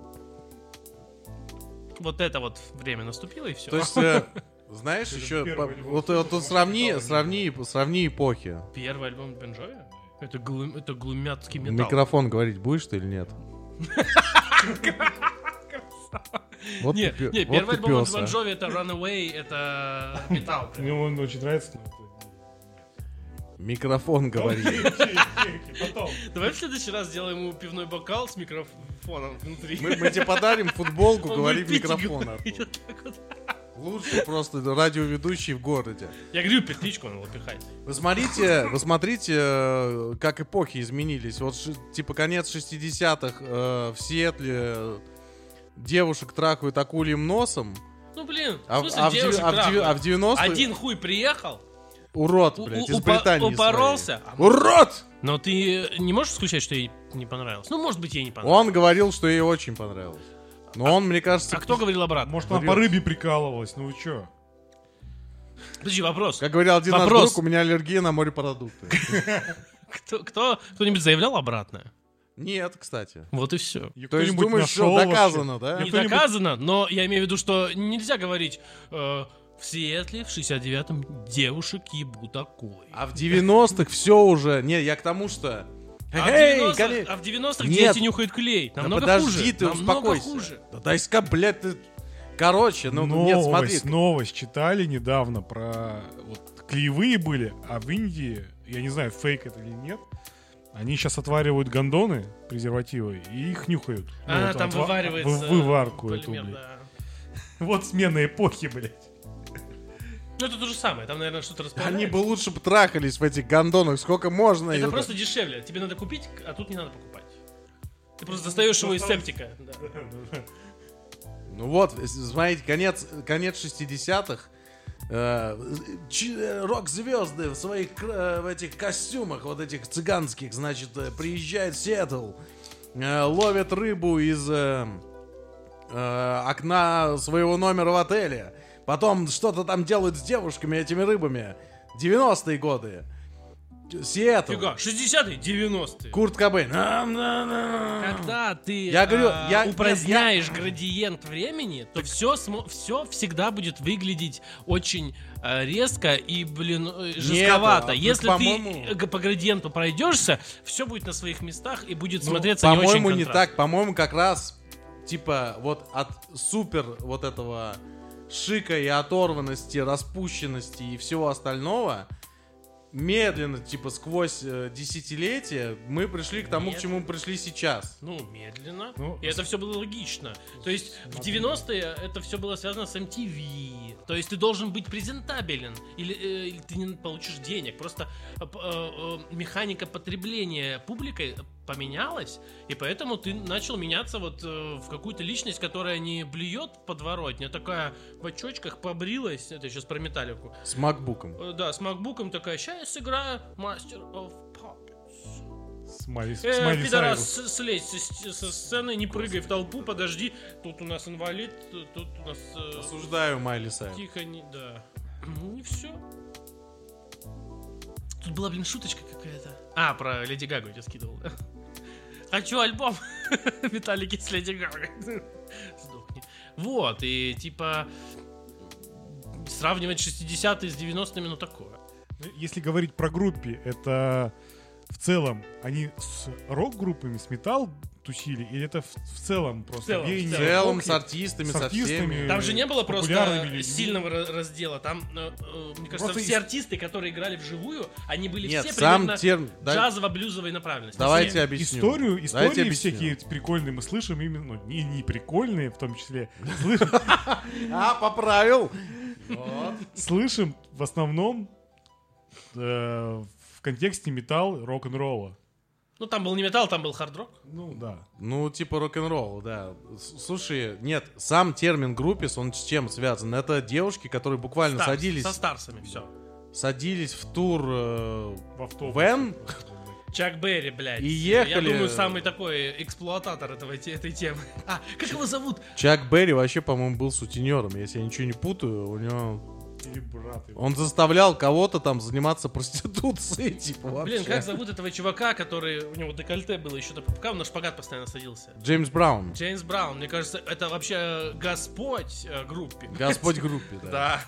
Вот это вот время наступило, и все.
То есть, э, знаешь, еще...
первый
по-
любой
Вот э,
случай,
вот
потому что
сравни,
металла не
сравни, сравни эпохи.
Первый альбом Бенжови? Это, глу- это глумяцкий металл.
Микрофон говорить будешь ты или нет? Вот
Не,
ты пё-
не,
вот
первый
ты
альбом от
пёс, а.
Bon Jovi это Runaway, это металл. прям.
Мне он очень нравится. но
Микрофон говорит.
это- Потом.
Давай в следующий раз сделаем ему пивной бокал с микрофоном внутри.
Мы, мы тебе подарим футболку,
Он
говори в
будет пить и
микрофон.
говорить
Артур.
вот так вот.
Лучший просто радиоведущий в городе.
Я говорю, петличку надо пихать.
Вы смотрите, вы смотрите, э, как эпохи изменились. Вот ши- типа конец 60-х э, в Сиэтле э, девушек трахают акульим носом,
Ну блин,
а,
в смысле
а в,
девушек
деви- а в деви-
трахают?
а в 90-х
Один хуй приехал,
урод,
у-
блядь,
у-
из
упо-
Британии. своей.
упоролся. а
Урод!
но ты не можешь исключать, что ей не понравилось? Ну, может быть, ей не понравилось.
Он говорил, что ей очень понравилось. Но он, мне кажется,
А кто говорил обратно?
Может, она
Врёт.
по рыбе прикалывалась, ну вы чё?
Подожди, вопрос.
как говорил один наш
Вопрос.
друг, у меня аллергия на морепродукты.
Кто, кто, кто-нибудь заявлял обратное?
Нет, кстати.
Вот и все.
Её
То есть
кто-нибудь
думаешь, что
нашёл вообще?
доказано, да?
Не
кто-нибудь-
доказано, но я имею в виду, что нельзя говорить э, в Сиэтле в 69-м девушек ебут акулой.
А в 90-х все уже... Не, я к тому, что...
А в
Эй,
90-х
коли-
а в 90-х
Нет.
дети нюхают клей.
Да
Намного
подожди
хуже.
ты,
намного
успокойся.
хуже.
Да дай-ка, блядь, ты... Короче, ну ну, нет, смотри.
Новость, новость читали недавно про... Вот клеевые были, а в Индии, я не знаю, фейк это или нет, они сейчас отваривают гондоны, презервативы, и их нюхают. Ну,
А,
вот
там
отва-
вываривается.
вы- Выварку эту,
полимер,
блядь.
да.
Вот смена эпохи, блядь.
Ну это то же самое, там, наверное, что-то
Они
расплавляется.
бы лучше бы трахались в этих гондонах, сколько можно. и
Это
вот-
просто дешевле. Тебе надо купить, а тут не надо покупать. Ты просто достаешь его из септика. Да.
Ну вот, с- смотрите, конец, конец 60-х. э, ч- э, рок-звезды в своих кра- в этих костюмах, вот этих цыганских, значит, э, приезжает в Сиэтл, э, ловят рыбу из э, э, окна своего номера в отеле, потом что-то там делают с девушками, этими рыбами. 90-е годы. Сиэтл.
Фига, 60-е, 90-е.
Курт Кобейн. Когда
Когда ты
Я
а,
говорю, я-
упраздняешь градиент времени, то все, все всегда будет выглядеть очень а, резко и, блин, э,
а,
жестковато.
ну,
Если
по-моему-
ты э, по градиенту пройдешься, все будет на своих местах и будет
Ну,
смотреться не очень
По-моему, не
контрастно.
так. По-моему, как раз типа вот от супер вот этого шика и оторванности, распущенности и всего остального медленно, типа сквозь э, десятилетия, мы пришли к тому,
Нет.
к чему мы пришли сейчас.
Ну, медленно.
Ну,
и это все было логично. То есть в 90-е это все было связано с MTV. То есть ты должен быть презентабелен. Или, э, или ты не получишь денег. Просто э, п- э, э, механика потребления публикой поменялась. И поэтому ты начал меняться вот э, в какую-то личность, которая не блюет в подворотне, а такая в очочках побрилась. Это сейчас про металлику.
С макбуком.
Э, да, с макбуком такая, сейчас сыграю Master of Puppets.
Смайли,
Э,
смайли
пидорас,
Сайрус.
с- слезь со, ст- со сцены, не прыгай в толпу, подожди. Тут у нас инвалид, т- тут у нас... э,
Осуждаю Майли Сайрус.
тихо, не... Да. Ну и все. Тут была, блин, шуточка какая-то. А, про Леди Гагу я тебе скидывал, да? Хочу альбом Металлики с Леди Гагой. Сдохни. Вот, и типа... Сравнивать 60-е с 90-ми, ну такое.
Ну, Если говорить про группы, это в целом они с рок-группами, с металл тусили? Или это в, в целом просто
В целом, в
веяние
В целом,
эпохи?
с артистами,
с
со всеми.
артистами.
Там же не было
популярными
просто
людьми.
сильного ра- раздела. Там, э, э, мне кажется,
Просто
все
из-
артисты, которые играли вживую, они были
Нет,
все
сам
примерно
термин...
джазово-блюзовой направленности.
Давайте
Все.
объясню.
Историю,
Давайте
истории
объясню.
всякие прикольные мы слышим именно, ну, не, не прикольные в том числе, слышим,
А, поправил!
слышим в основном э, в контексте металл рок-н-ролла.
Ну, там был не металл, там был хард-рок.
Ну да.
Ну, типа рок-н-ролл, да. С- Слушай, нет, сам термин группис, он с чем связан? Это девушки, которые буквально
Старс,
садились,
Со старсами, все.
садились в тур э,
В автобусе.
Вен,
Чак Берри, блядь.
И ехали.
Я думаю, самый такой эксплуататор этого, те- этой темы. А, как его зовут?
Чак Берри вообще, по-моему, был сутенером, если я ничего не путаю. У него...
Или брат его.
Он заставлял кого-то там заниматься проституцией, типа вообще.
Блин, как зовут этого чувака, который... У него декольте было еще до пупка, он на шпагат постоянно садился.
Джеймс Браун.
Джеймс Браун, мне кажется, это вообще господь э, группе.
Господь группе, да.
Да.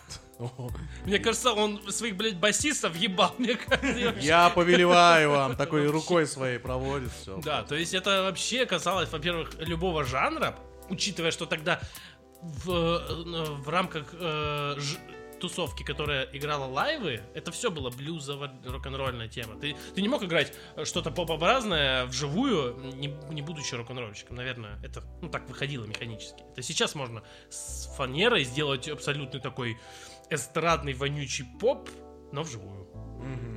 Мне кажется, он своих, блядь, басистов ебал, мне кажется. я вообще-
Я повелеваю вам, такой рукой своей проводит все.
Да, то есть это вообще касалось, во-первых, любого жанра, учитывая, что тогда в, э, в рамках э, ж- тусовки, которая играла лайвы, это все было блюзово рок-н-ролльная тема. Ты, ты не мог играть э, что-то поп-образное вживую, не, не будучи рок-н-ролльщиком, наверное. Это ну, так выходило механически. Это сейчас можно с фанерой сделать абсолютно такой эстрадный вонючий поп, но вживую.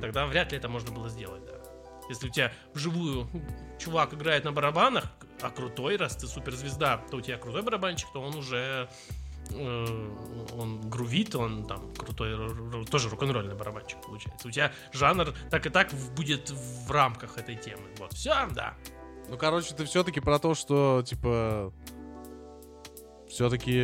Тогда вряд ли это можно было сделать, да. Если у тебя вживую ну, чувак играет на барабанах, а крутой, раз ты суперзвезда, то у тебя крутой барабанчик, то он уже э, он грувит, он там крутой, р- р- тоже рок-н-ролльный барабанчик получается. У тебя жанр так и так в- будет в рамках этой темы. Вот, все, да.
Ну, короче, ты все-таки про то, что, типа, все-таки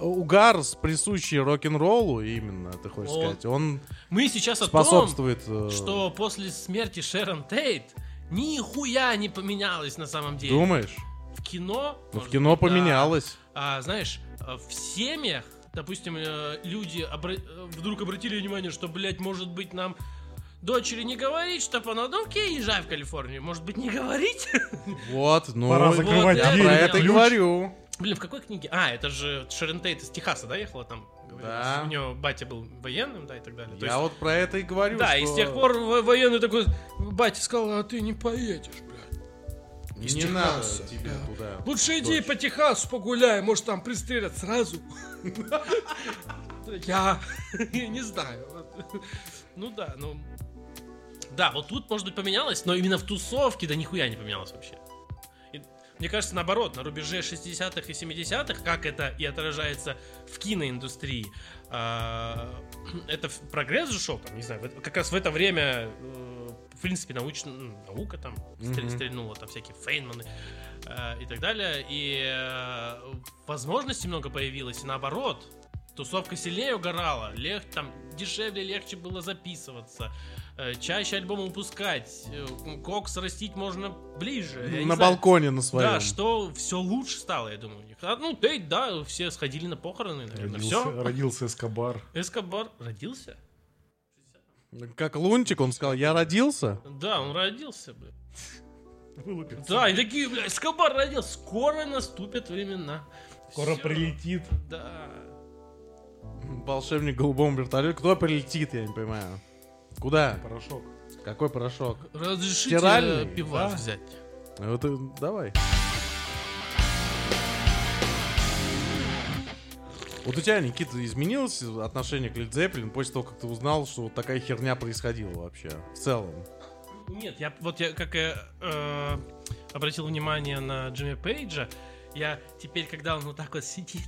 угар, с- присущий рок-н-роллу, именно, ты хочешь
Он
сказать, он
Мы сейчас о том,
способствует... э,
что после смерти Шерон Тейт нихуя не поменялось на самом деле.
Думаешь?
В кино...
Ну, в
может
кино
быть, да.
поменялось.
А, знаешь, э, в семьях, допустим, э, люди обра- э, вдруг обратили внимание, что, блядь, может быть, нам дочери не говорить, что она, ну окей, езжай в Калифорнию, может быть, не говорить?
Вот, ну,
Пора
вот
закрывать
я
двери,
про это и
ключ.
говорю.
Блин, в какой книге? А, это же Шерон Тейт из Техаса, да, ехала там?
Да.
У него батя был военным, да, и так далее. То
Я
есть-
вот про это и говорю,
Да,
что-
и с тех пор во- военный такой, батя сказал, а ты не поедешь, блядь. из
Не надо
Техаса,
тебе туда.
Лучше иди по Техасу погуляй, может, там пристрелят сразу. Я я не знаю. Ну да, ну... Да, вот тут, может быть, поменялось, но именно в тусовке да нихуя не поменялось вообще. И мне кажется, наоборот, на рубеже 60-х и 70-х, как это и отражается в киноиндустрии, а, это в- прогресс же шел, там, не знаю, в это- как раз в это время, э, в принципе, научно- м, наука там стрель-
Мгм.
стрельнула, там всякие фейнманы э, и так далее, и э, возможностей много появилось, и наоборот, тусовка сильнее угорала, лег, там дешевле, легче было записываться, э, чаще альбомы выпускать, э, кокс растить можно ближе. я не
На
знаю.
балконе на своем.
Да, что все лучше стало, я думаю. у них. А, Ну, ты, да, все сходили на похороны, наверное. Все.
Родился, родился Эскобар.
Эскобар родился?
Как Лунтик, он сказал, я родился.
Да, он родился, блядь.
Вылупился.
Да, и такие, блядь, Эскобар родился. Скоро наступят времена.
Скоро
Всё.
прилетит.
Да.
Волшебник в голубом вертолете. Кто прилетит, я не понимаю. Куда?
Порошок.
Какой порошок?
Разрешите
Стиральный,
э, пивас
да.
взять.
А Вот э, давай. Вот у тебя, Никита, изменилось отношение к Лид Зеппелин после того, как ты узнал, что вот такая херня происходила вообще? В целом.
Нет, я вот я как я э, обратил внимание на Джимми Пейджа, я теперь, когда он вот так вот сидит,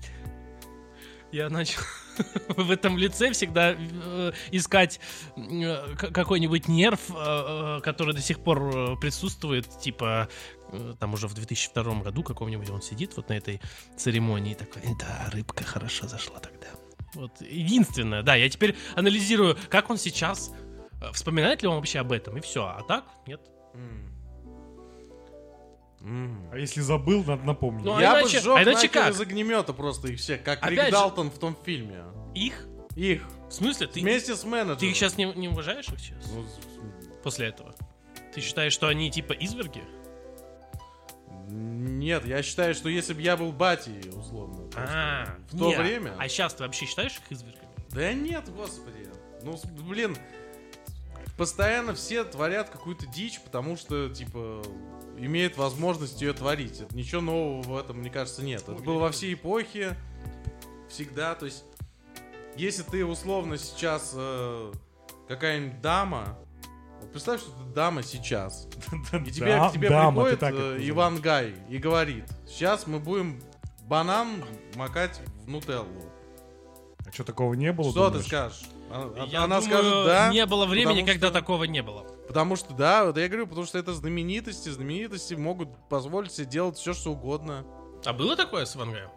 я начал в этом лице всегда э, искать э, к- какой-нибудь нерв, э, э, который до сих пор э, присутствует, типа э, там уже в 2002 году каком-нибудь он сидит вот на этой церемонии и такой, да, рыбка хорошо зашла тогда. Вот единственное, да, я теперь анализирую, как он сейчас, э, вспоминает ли он вообще об этом, и все, а так нет.
М.
А если забыл, надо напомнить.
Ну, а
Я бы
иначе-
сжег
а иначе
нахер
как?
из огнемета просто их всех, как
Опять
Рик
же-
Далтон в том фильме.
Их?
Их.
В смысле? Ты,
Вместе с менеджером.
ты их сейчас не, не уважаешь их сейчас?
Ну, с-
После этого? Ты считаешь, что они типа изверги?
Нет, я считаю, что если бы я был Бати, условно. просто,
А,
в то
не.
время.
А сейчас ты вообще считаешь их извергами?
Да нет, господи. Ну, с- блин, постоянно все творят какую-то дичь, потому что, типа, имеют возможность ее творить. Это ничего нового в этом, мне кажется, нет. Это было во всей эпохе, всегда. То есть, если ты, условно, сейчас э, какая-нибудь дама... вот Представь, что ты дама сейчас. И тебе,
Да,
к тебе
дама, ты
приходит
так это
э,
называешь.
Иван Гай и говорит, сейчас мы будем банан макать в нутеллу.
А что такого не было?
Что
думаешь?
ты скажешь? Она,
Я
она
думаю,
скажет да,
Не было времени,
потому
когда такого не было.
потому что да, вот я говорю, потому что это знаменитости, знаменитости могут позволить себе делать все, что угодно.
А было такое с Вангаем?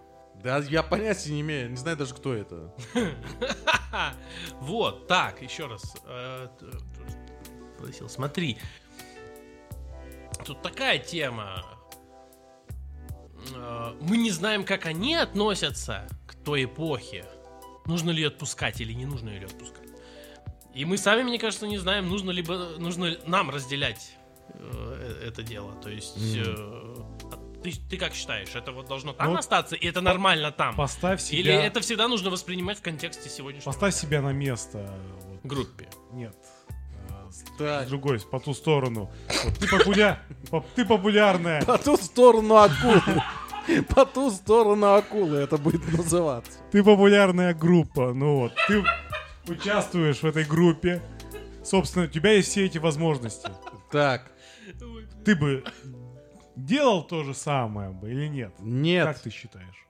Да, я понятия не имею, не знаю даже, кто это.
Ха-ха. Вот, так, еще раз. Э, т- т- Просил, смотри. Тут такая тема. Э, Мы не знаем, как они относятся к той эпохе. Нужно ли ее отпускать или не нужно ее отпускать. И мы сами, мне кажется, не знаем, нужно ли бы- нужно ли нам разделять э, это дело. То есть, э, а ты, ты как считаешь, это вот должно там
Ну,
остаться, и это нормально там?
Поставь себя...
Или это всегда нужно воспринимать в контексте сегодняшнего
Поставь себя на место. вот.
группе?
Нет. А, с-
Так.
с другой, по ту сторону. Вот ты, популя... поп- ты популярная.
По ту сторону акулы. По ту сторону акулы это будет называться.
Ты популярная группа. Ну вот, ты участвуешь в этой группе. Собственно, у тебя есть все эти возможности.
Так,
Ты бы делал то же самое бы или нет? Как
нет,
ты считаешь?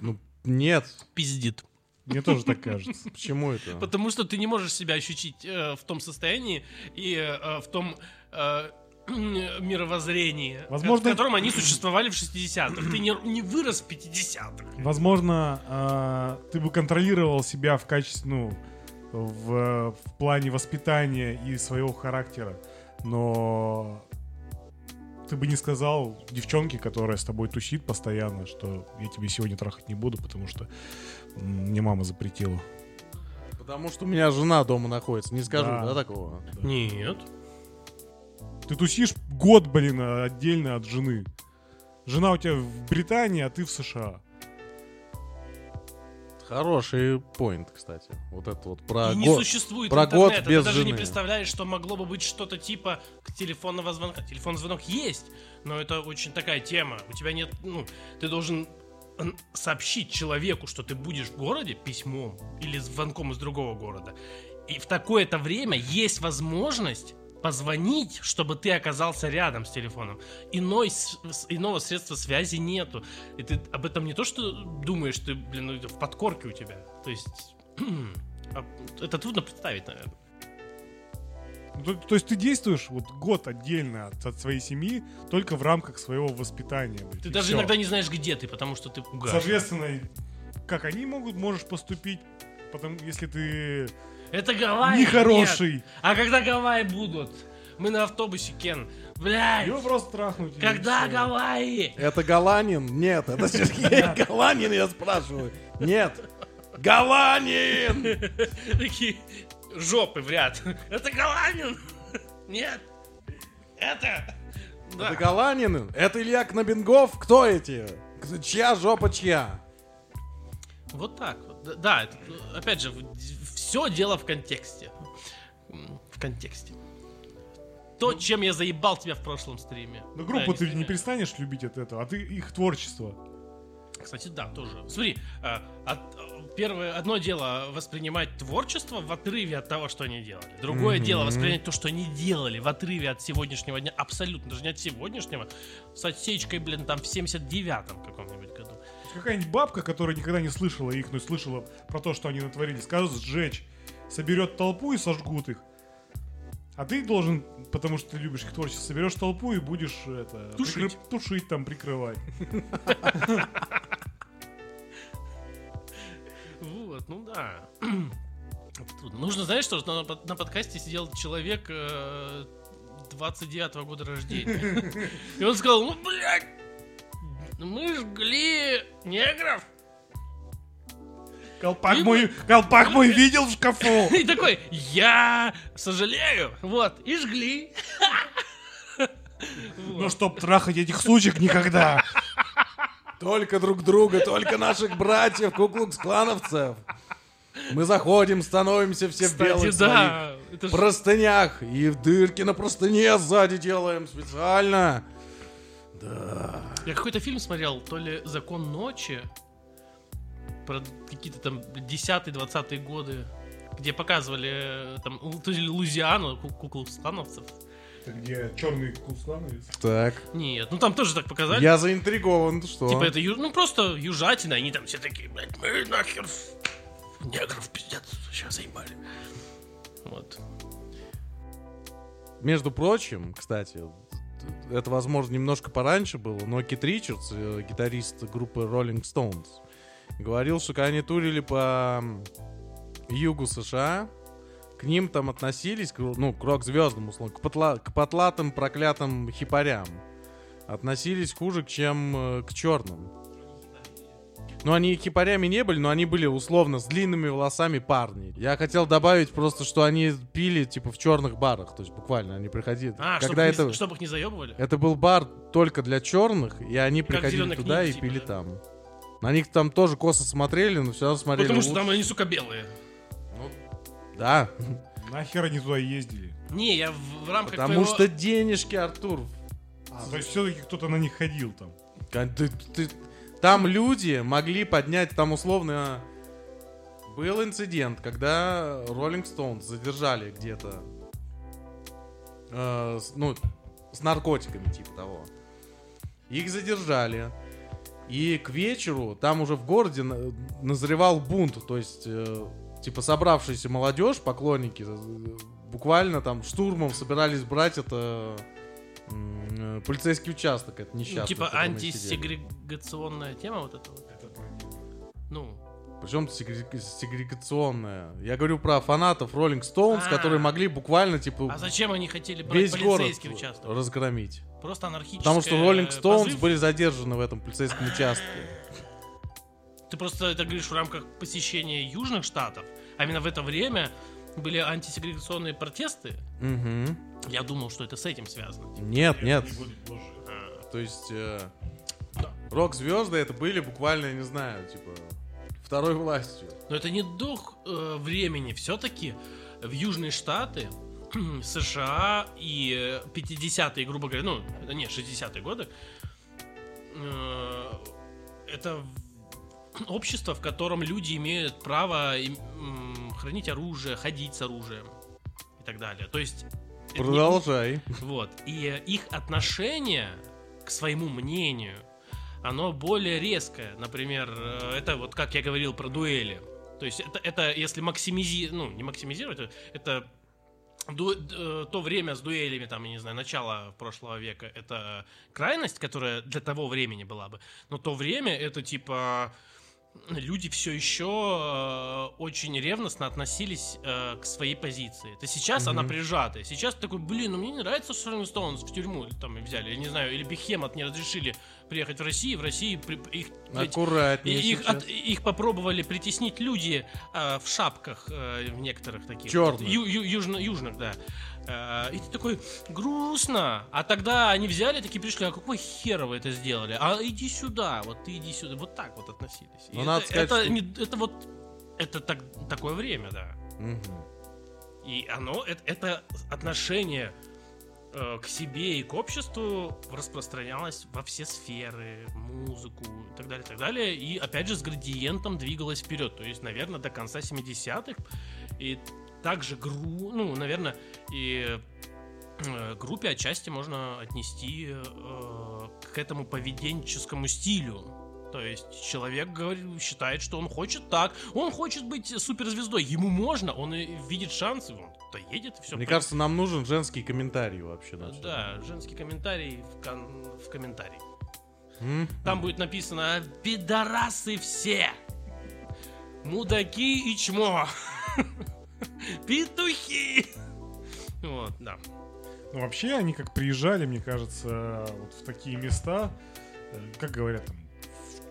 ну, нет.
Пиздит.
Мне тоже так кажется.
Почему
А.
это?
Потому что ты не можешь себя ощутить э, в том состоянии и э, в том э, мировоззрении, э,
Возможно-
в котором они существовали в 60-х. Ты не, не вырос в 50-х.
Возможно, а, ты бы контролировал себя в качестве, ну, в, в плане воспитания и своего характера, но ты бы не сказал девчонке, которая с тобой тусит постоянно, что я тебе сегодня трахать не буду, потому что м, мне мама запретила.
Потому что у меня жена дома находится, не скажу,
Да.
да, такого?
Нет.
Ты тусишь год, блин, а, отдельно от жены. Жена у тебя в Британии, а ты в США.
Хороший поинт, кстати. Вот это вот про...
И не
го-
существует
про год
интернета.
без
Ты даже не
жены.
представляешь, что могло бы быть что-то типа к телефонного звонка. Телефонный звонок есть, но это очень такая тема. У тебя нет, ну, ты должен м, сообщить человеку, что ты будешь в городе письмом или звонком из другого города. И в такое-то время есть возможность позвонить, чтобы ты оказался рядом с телефоном. Иной, с- с- иного средства связи нету. И ты об этом не то, что думаешь, ты, блин, ну, это в подкорке у тебя. То есть... а, Это трудно представить, наверное.
Ну, То, то есть ты действуешь вот год отдельно от, от своей семьи, только в рамках своего воспитания. блин,
Ты
и
даже
всё.
иногда не знаешь, где ты, потому что ты пугаешь.
Соответственно, как они могут, можешь поступить, потому если ты
Это Гавайи. нет.
нехороший.
А когда Гавайи будут? Мы на автобусе, Кен. Блядь.
Его просто трахнуть. и
Когда
всё.
Гавайи?
Это Галанин? Нет, это Сергей Галанин, я спрашиваю. Нет. Галанин!
Такие жопы в ряд. Это Голанин? Нет. Это... Да.
Это Галанин? Это Илья Кнобингов? Кто эти? Кто- Чья жопа чья?
Вот так вот. Да, Да, это, э, опять же, все дело в контексте. М, В контексте. То, чем я заебал тебя в прошлом стриме.
Ну,
Да,
группу ты не
стриме.
перестанешь любить от этого, а ты их творчество.
Кстати, да, тоже. Смотри, э, от- э, первое, одно дело воспринимать творчество в отрыве от того, что они делали. Другое дело воспринять то, что они делали в отрыве от сегодняшнего дня. Абсолютно, даже не от сегодняшнего. С отсечкой, блин, там в 79-м каком-нибудь году.
Какая-нибудь бабка, которая никогда не слышала их, но слышала про то, что они натворили, скажет сжечь, соберет толпу и сожгут их. А ты должен, потому что ты любишь их творчество, соберешь толпу и будешь это
Тушить.
прикры- тушить там прикрывать.
Вот, ну да. Это трудно. Нужно, знаешь, что на, под- на подкасте сидел человек э, 29-го года рождения. И он сказал, ну, блядь, мы жгли негров.
Колпак
И
мой, колпак мой видел в шкафу.
И такой, я сожалею. Вот, и жгли.
Ну, чтоб трахать этих сучек никогда.
Только друг друга, только наших братьев, куклукс-клановцев. Мы заходим, становимся все в
Кстати,
белых своих
да. Это ж-
простынях. И дырки на простыне сзади делаем специально.
Я какой-то фильм смотрел, то ли «Закон ночи», про какие-то там 10-20 годы, где показывали э, там Лу- то ли Лузиану, ку- кукловстановцев.
Где черный куслан
Так.
Нет, ну там тоже так показали.
Я заинтригован, что?
Типа это, ю- ну просто южатина, они там все такие, блядь, мы нахер в- негров, пиздец, сейчас заебали. Вот.
Между прочим, кстати, это, возможно, немножко пораньше было, но Кит Ричардс, э, гитарист группы Rolling Stones, говорил, что когда они турили по м, югу США, к ним там относились, к, ну, к рок-звездам, условно, к, потла- к потлатым, проклятым хипарям. Относились хуже, чем э, к черным. Ну, они хипарями не были, но они были, условно, с длинными волосами парни. Я хотел добавить просто, что они пили, типа, в черных барах. То есть, буквально, они приходили...
А, чтобы,
когда
их,
это...
не, чтобы их не заебывали?
Это был бар только для черных, и они
Как
приходили
«Зелёная
туда
книга»,
и
типа,
пили
да?
там. На них там тоже косо смотрели, но все равно смотрели.
Потому что
лучше.
там они, сука, белые.
Да,
Нахер они туда ездили?
Не, я в, в рамках
потому
твоего- ну,
что денежки, Артур.
То есть все-таки кто-то на них ходил там.
Кон- ты- ты- Там люди могли поднять, там условно был инцидент, когда Rolling Stones задержали где-то, э, с- ну, с наркотиками типа того. Их задержали. И к вечеру там уже в городе на- назревал бунт, то есть, э, типа, собравшаяся молодежь, поклонники, э, буквально там штурмом собирались брать это м, э, полицейский участок, это
Ну,
несчастный.
типа
в котором они сидели.
антисегрегационная тема вот эта вот. Ну,
Причем сегре- сегрегационная. Я говорю про фанатов Rolling Stones,
А.
которые могли буквально, типа,
а зачем они хотели брать
весь город
полицейский участок?
разгромить.
Просто анархическое
Потому что Rolling
э,
Stones
позыв.
были задержаны в этом полицейском участке.
Ты просто это говоришь в рамках посещения южных штатов, а именно в это время были антисегрегационные протесты.
Мгм.
Я думал, что это с этим связано.
Нет, нет. То есть э, рок-звезды это были буквально, я не знаю, типа, второй властью.
Но это не дух э, времени. Все-таки в Южные Штаты, США и э, 50-е, грубо говоря, ну, это не, 60-е годы, э, это в- общество, в котором люди имеют право им- м, хранить оружие, ходить с оружием и так далее. То есть... это не-
Продолжай.
вот. И э, их отношение к своему мнению, оно более резкое. Например, э, это вот как я говорил про дуэли. То есть это, это если максимизировать, ну, не максимизировать, э, это ду- э, то время с дуэлями, там, я не знаю, начало прошлого века, это крайность, которая для того времени была бы. Но то время это типа люди все еще э, очень ревностно относились э, к своей позиции. Это сейчас она
Мгм.
прижатая. Сейчас ты такой, блин, ну мне не нравится, что Rolling Stones в тюрьму там и взяли. Я не знаю, или Бихемот не разрешили приехать в Россию. В России при- их,
А
блядь, и-
Аккуратнее
их,
сейчас.
от- их попробовали притеснить люди э, в шапках э, в некоторых таких.
Чёрных.
Ю- ю- южно- южных, да. Э, и ты такой, грустно. А тогда они взяли, такие пришли, а какой хер вы это сделали? А иди сюда, вот ты иди сюда. Вот так вот относились. И
Ну, надо
это,
сказать,
это
что-
не- это вот, это так- такое время, да.
Мгм.
И оно, это, это отношение э, к себе и к обществу распространялось во все сферы, музыку и так далее, так далее. И опять же с градиентом двигалось вперед. То есть, наверное, до конца 70-х. И также гру... Ну, наверное, и э, группе отчасти можно отнести э, к этому поведенческому стилю. То есть человек говорит, считает, что он хочет так, он хочет быть суперзвездой, ему можно, он и видит шансы, он то едет и все.
Мне кажется, нам нужен женский комментарий вообще. на всё.
Ну да, женский комментарий в, кон- в комментарии.
М?
Там будет написано «Пидорасы все! Мудаки и чмо! Петухи!» Вот, да.
Ну, вообще, они как приезжали, мне кажется, вот в такие места, э, как говорят, там,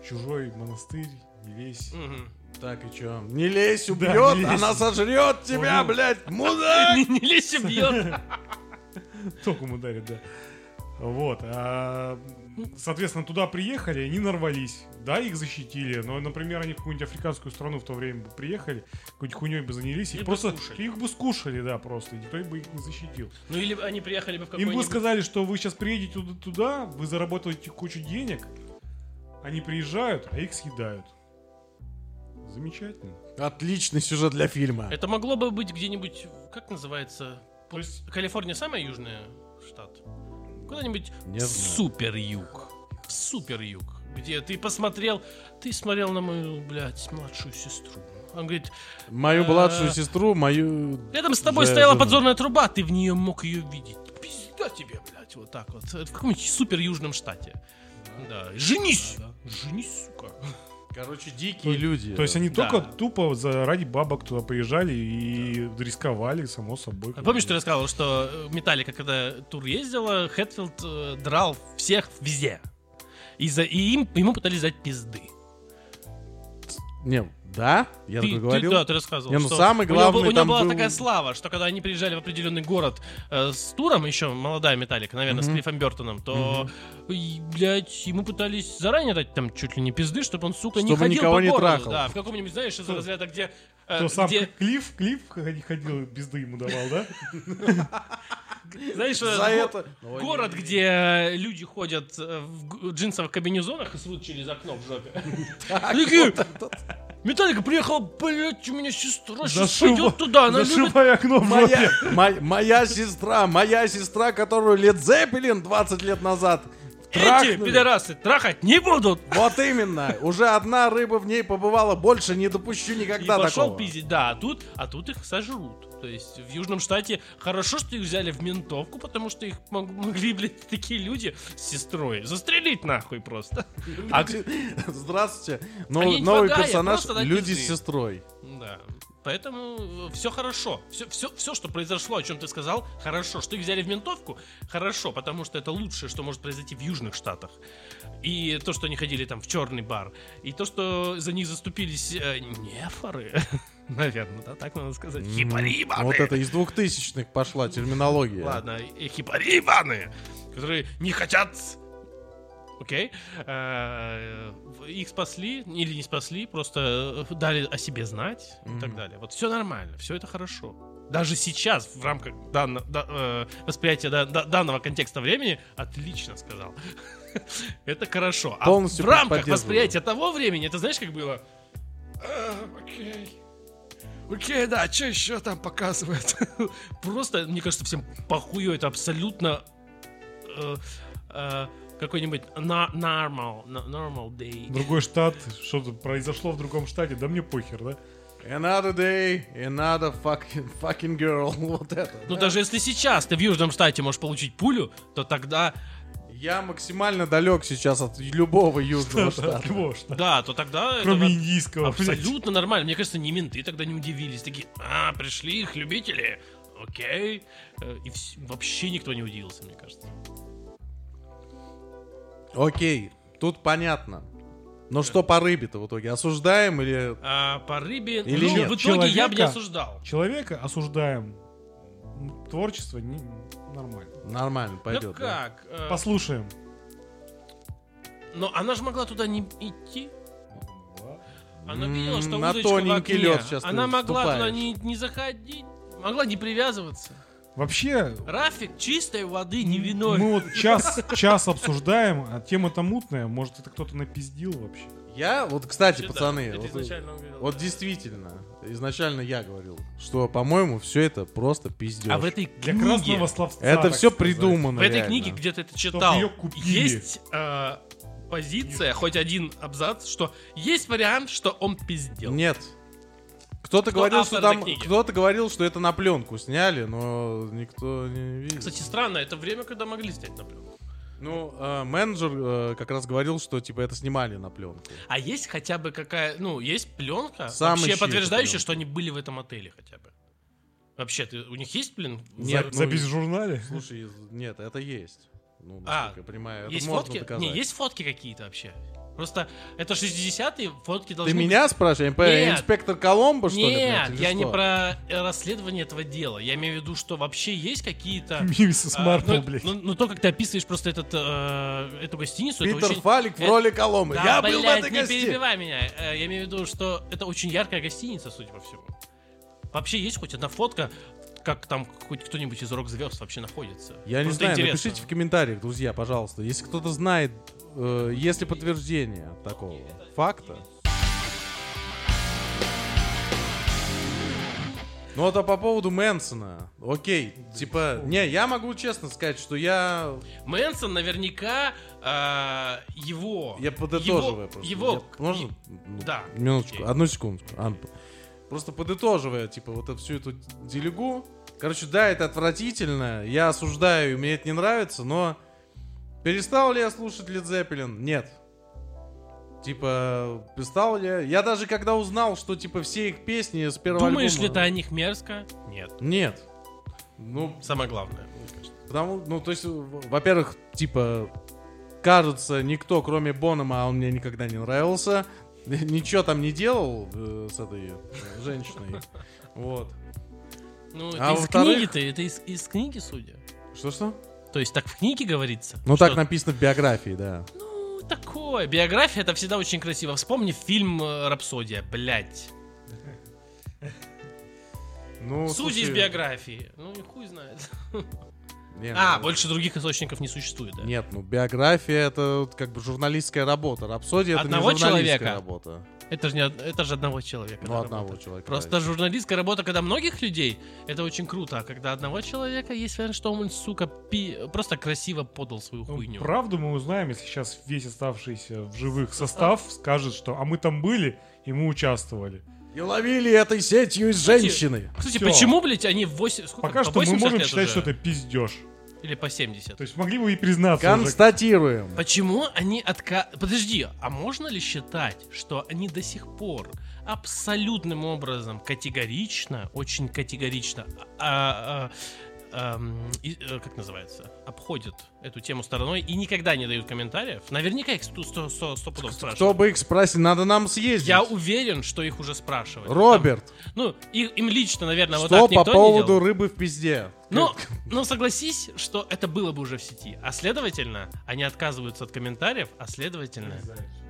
в чужой монастырь, не весь.
Мгм.
Так и чё? Не лезь, убьет,
не лезь.
она сожрет тебя,
Убьёт.
блядь, мудак!
Не- Не лезь и бьет.
Током ударит, да. Вот. а, соответственно, туда приехали, они нарвались. Да, их защитили. Но, например, они в какую-нибудь африканскую страну в то время бы приехали, какой-нибудь хуйней бы занялись.
И
Их
бы
просто
скушали.
их бы скушали, да, просто. и Никто бы их не защитил.
Ну или они приехали бы в
Им бы
какой-нибудь...
сказали, что вы сейчас приедете туда, туда, вы заработаете кучу денег. Они приезжают, а их съедают. Замечательно.
Отличный сюжет для фильма.
Это могло бы быть где-нибудь, как называется,
То есть
Калифорния самая южная штат. Куда-нибудь
Не знаю.
супер юг. Супер юг. Где ты посмотрел, ты смотрел на мою, блядь, младшую сестру. Он говорит,
Мою
Э,
младшую сестру, мою...
рядом с тобой
Жена.
стояла подзорная труба, ты в нее мог ее видеть. Пизда тебе, блядь, вот так вот. Это В каком-нибудь супер южном штате. Да. Женись! Женись, сука.
Короче, дикие люди.
То есть они
Да.
только тупо за, ради бабок туда приезжали и рисковали, само собой.
А помнишь, ты рассказывал, что э, Металлика, когда тур ездила, Хэтфилд э, драл всех везде. И, за, и им, ему пытались дать пизды.
Не, да? Я
ты,
такое
ты-
говорил?
да, ты рассказывал.
Не, ну,
что
самый
у него был-
главный
У него
там
была
был-
такая слава, что когда они приезжали в определенный город э, с туром, еще молодая Металлика, наверное, с
Мгм.
Клиффом Бертоном, то, и, блядь, ему пытались заранее дать там чуть ли не пизды, чтобы он, сука, не
Чтобы
ходил
никого
по
не
городу.
трахал.
Да, в каком-нибудь, знаешь, из разряда, где... э,
Кто сам
где-
Клифф, Клифф ходи- ходил, безды ему давал, да?
знаешь,
За
э,
это... Ой,
Город, где люди ходят э, в г- джинсовых комбинезонах и срут через окно в жопе. Такие, Металлика приехала, блядь, у меня сестра сейчас
Зашива-
пойдет туда, она любит
Зашивай окно в
Моя,
жопе.
моя, моя сестра, моя сестра, которую Лед Зеппелин 20 лет назад
эти
трахнули.
пидорасы, трахать не будут.
Вот именно. Уже одна рыба в ней побывала, больше не допущу
И
никогда
пошел
такого.
пиздить, да, а тут, а тут их сожрут. То есть в Южном Штате хорошо, что их взяли в ментовку, потому что их мог- могли, блядь, такие люди с сестрой застрелить нахуй просто.
А где- Здравствуйте. Но-
Они не
новый
вагая,
персонаж
просто на
Люди
пизды.
с сестрой.
Да. Поэтому все хорошо. Все, все, все, что произошло, о чем ты сказал, хорошо. Что их взяли в ментовку, хорошо, потому что это лучшее, что может произойти в Южных Штатах. И то, что они ходили там в черный бар. И то, что за них заступились э, нефоры. Наверное, да, так надо сказать. Хипарибаны.
Вот это из двухтысячных пошла терминология.
Ладно, э, хипарибаны, которые не хотят... Окей. Э, Их спасли или не спасли, просто э, дали о себе знать и так
Мгм.
далее. Вот все нормально, все это хорошо. Даже сейчас, в рамках данно- да- э, восприятия да- да- данного контекста времени, отлично сказал. Это хорошо. А
Полностью
в рамках
поддерживаю.
восприятия того времени, это знаешь, как было? «А, Окей. Окей, да, что еще там показывают? Просто, мне кажется, всем похую это абсолютно э, э, какой-нибудь на- normal, на- normal day.
Другой штат, что-то произошло в другом штате, да мне похер, да?
Another day, another fucking, fucking girl. Вот это.
Ну
да.
даже если сейчас ты в Южном штате можешь получить пулю, то тогда,
Я максимально далек сейчас от любого южного штата.
От любого штата.
да, то тогда... это а,
Кроме
вот
индийского, блядь.
Абсолютно нормально. Мне кажется, не менты тогда не удивились. Такие, а, пришли их любители. Окей. Э, И вс- вообще никто не удивился, мне кажется.
Окей, тут понятно. Но что по рыбе-то в итоге? Осуждаем или...
А по рыбе...
Или
ну,
нет,
в итоге я бы не
человека-
осуждал.
Человека осуждаем. М, Творчество не- нормально.
Нормально
ну
пойдет. да?
как? э,
Послушаем.
Но она же могла туда не идти. Она
М,
видела, что
на
удочка в
тоненький
окне.
лед щас ты
Она могла туда
вступаешь.
не, не заходить. Могла не привязываться.
Вообще,
Рафик чистой воды не
мы
ну,
виной.
вот час, час обсуждаем, а тема-то мутная. Может, это кто-то напиздил вообще.
Я, вот, кстати,
Вообще, да,
пацаны,
это
вот,
изначально он говорил,
вот
да.
действительно, изначально я говорил, что, по-моему, все это просто пиздец.
А в этой
Для
книге...
красного словца.
Это
так
все
сказать.
придумано.
В этой
реально.
книге, где ты это читал,
её купили.
есть э, позиция, хоть один абзац, что есть вариант, что он пиздел.
Нет. Кто-то
Кто
говорил,
автор
что там,
этой книги?
кто-то говорил, что это на пленку сняли, но никто не видел.
Кстати, странно, это время, когда могли снять на пленку.
Ну, э, менеджер э, как раз говорил, что типа это снимали на пленку.
А есть хотя бы какая, ну, есть пленка,
Сам
вообще
ищи эту
подтверждающая,
плёнку.
что они были в этом отеле хотя бы. Вообще, ты, у них есть, блин?
Нет, ну,
Ну
Запись в журнале.
Слушай, из- нет, это есть. Ну,
А,
насколько я понимаю, это
есть
можно
фотки?
доказать.
Не, есть фотки какие-то вообще? Просто это 60-е, фотки
Ты
должны
меня спрашиваешь? МП,
Нет.
инспектор Коломбо,
быть-
что ли?
Нет,
блядь, или
я не
что?
про э, расследование этого дела. Я имею в виду, что вообще есть какие-то...
Мимисис
а,
Марпл,
ну,
блядь.
ну, ну, то, как ты описываешь просто этот, э, эту гостиницу, это
Питер
очень...
Фалик в
э,
роли Коломбо.
Да,
я был в
блядь,
этой
не
гости.
перебивай меня. Э, Я имею в виду, что это очень яркая гостиница, судя по всему. Вообще есть хоть одна фотка, как там хоть кто-нибудь из рок-звезд вообще находится?
Я не
Просто
знаю,
интересно.
напишите в комментариях, друзья, пожалуйста, если кто-то знает, э, есть ли подтверждение такого факта. Ну вот а по поводу Мэнсона, окей, типа, не, я могу честно сказать, что я
Мэнсон наверняка а, его...
Я подытоживаю
его-
просто.
Его...
Я- можно? Ну,
Да.
Минуточку,
Окей.
одну секундочку. Ан- Просто подытоживая, типа, вот эту- всю эту делегу. Короче, да, это отвратительно, я осуждаю, и мне это не нравится, но перестал ли я слушать Лид Зеппелин? Нет. Типа, перестал ли я? Я даже когда узнал, что, типа, все их песни с первого
Думаешь ли
альбома-
ты о них мерзко? Нет.
Нет. Ну,
Самое главное.
Потому, ну, то есть, в- во-первых, типа, кажется, никто, кроме Бонома, а он мне никогда не нравился, ничего там не делал э, с этой э, женщиной. Вот.
Ну,
А
это из
во-вторых-
книги-то, это из, из книги, судя.
Что-что?
То есть так в книге говорится?
Ну,
Что
так написано в биографии, да.
Ну, такое. Биография это всегда очень красиво. Вспомни фильм э, «Рапсодия», блядь.
Ну,
Судьи из
слушай,
биографии. Ну, и хуй знает.
не,
А,
ну,
больше других источников не существует, да?
Нет, ну, биография — это вот как бы журналистская работа. Рапсодия — это не
Одного
журналистская
человека?
работа.
Это же, не, од- это же одного человека.
Ну,
да,
одного
работа.
человека.
Просто
да.
журналистская работа, когда многих людей, это очень круто. А когда одного человека, есть вероятность, что он, сука, пи- просто красиво подал свою
Ну,
хуйню.
Правду мы узнаем, если сейчас весь оставшийся в живых состав скажет, что «а мы там были, и мы участвовали».
Ну,
И ловили этой сетью из
Кстати,
женщины.
Кстати,
Всё.
почему, блядь, они в 8... Сколько?
Пока
по
что мы
80
можем
лет
считать,
уже?
что это пиздеж.
Или по 70.
То есть могли бы и признаться уже.
Констатируем.
Почему они отка... Подожди, а можно ли считать, что они до сих пор абсолютным образом категорично, очень категорично, а- а- ам, и- э, как называется, обходят эту тему стороной и никогда не дают комментариев? Наверняка их сто, сто, сто- сто пудов
Кто
спрашивают.
бы их спросил, надо нам съездить.
Я уверен, что их уже спрашивают.
Роберт,
Там, ну, и- им лично, наверное, вот
что
так
по
никто не
поводу
делал. Ну,
рыбы в пизде?
Но, но согласись, что это было бы уже в сети. А следовательно, они отказываются от комментариев, а следовательно,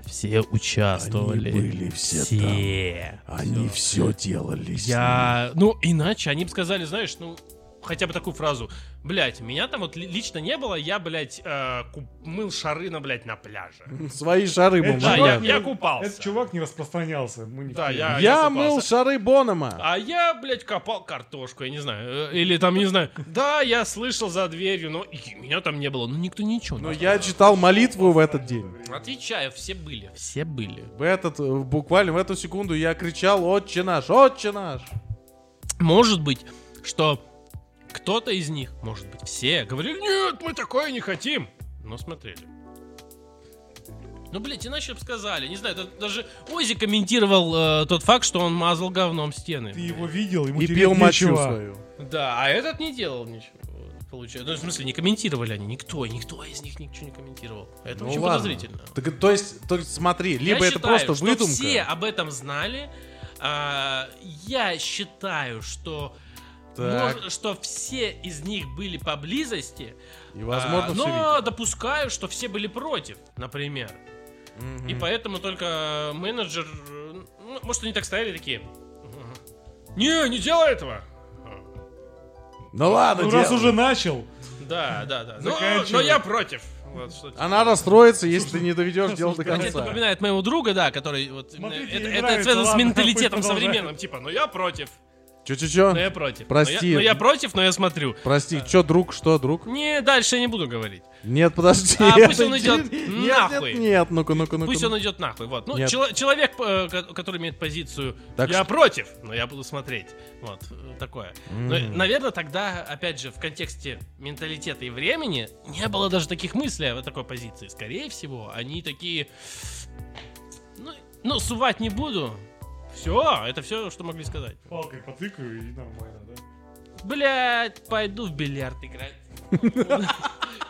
все участвовали.
Они были все
Все.
Они все делали. с
Я... Ну, иначе они бы сказали, знаешь, ну, хотя бы такую фразу. Блять, меня там вот ли- лично не было, я, блядь, э, куп- мыл шары на, блядь, на пляже.
ним. Свои шары
Это
бумажные.
Да, я,
чувак,
я
э,
купался.
Этот чувак не распространялся. Мы не
Да,
поняли.
я-
Я
купался.
мыл шары Бонома.
А я, блядь, копал картошку, я не знаю. э, Или там, не знаю. Да, я слышал за дверью, но и меня там не было. Ну, никто ничего. не
Но
сказал.
я читал молитву в этот день.
Отвечаю, все были. Все были.
В этот, э, буквально в эту секунду я кричал «Отче наш! Отче наш!»
Может быть, что кто-то из них, может быть, все говорили, нет, мы такое не хотим. Но смотрели. Ну, блядь, иначе бы сказали. Не знаю, да- даже Ози комментировал э, тот факт, что он мазал говном стены.
Ты его видел, ему
И
теперь
пил мочу
нечего.
свою.
Да, а этот не делал ничего. Вот, Получается. Ну, в смысле, не комментировали они. Никто, никто из них ничего не комментировал. Это
Ну
очень
ладно.
подозрительно.
Так, то есть, то есть смотри, либо
Я
это
считаю,
просто
что
выдумка.
все об этом знали. А, я считаю, что
Так.
мож- что все из них были поблизости.
И возможно
а,
все
но допускаю, что все были против, например.
видели.
И
Мгм.
поэтому только менеджер, э, ну, может они так стояли такие. «Мгм. Не, не делай этого.
Ну ладно,
Ну раз
делай.
уже начал,
Да, да, да. Но,
Заканчивай.
но я против. Вот, что
Она расстроится, если ты не доведешь дело до
слушай,
Это
конца.
напоминает моему друга, да, который вот именно-
Смотрите,
это,
не
это
нравится,
связано с
ладно,
менталитетом
пусть продолжает.
современным, типа, ну я против,
Че-че-че?
но я против.
Прости.
Но я, но я против, но я смотрю.
Прости, что, друг, что, друг?
Не, дальше я не буду говорить.
Нет, подожди.
А, пусть
это
он
не-
идет
нет,
нахуй.
Нет, нет, ну-ка, ну-ка, ну-ка.
Пусть он идет нахуй. Вот. Ну,
Ну, Нет.
чело- человек, э, ко- который имеет позицию
Так
Я
что-
против, но я буду смотреть. Вот, э, такое. Но,
М.
наверное, тогда, опять же, в контексте менталитета и времени не было даже таких мыслей о такой позиции. Скорее всего, они такие. Ну, ну сувать не буду. Все, это все, что могли сказать.
палкой потыкаю и нормально, да?
Блять, пойду в бильярд играть.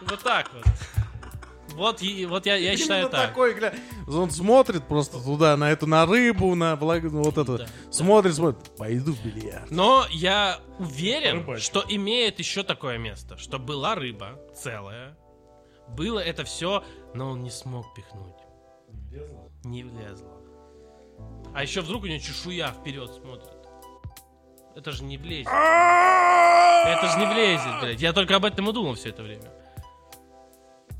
Вот так вот. Вот, и- вот я, я
Именно
считаю так.
такой, гля- Он смотрит просто туда, на эту, на рыбу, на влаг- ну, вот это.
Да,
смотрит, смотрит. Пойду в бильярд.
Но я уверен,
Порыбачил.
что имеет еще такое место, что была рыба целая, было это все, но он не смог пихнуть. Не влезла. А еще вдруг у нее чешуя вперед смотрит. Это же не влезет. это же не влезет, блядь. Я только об этом и думал все это время.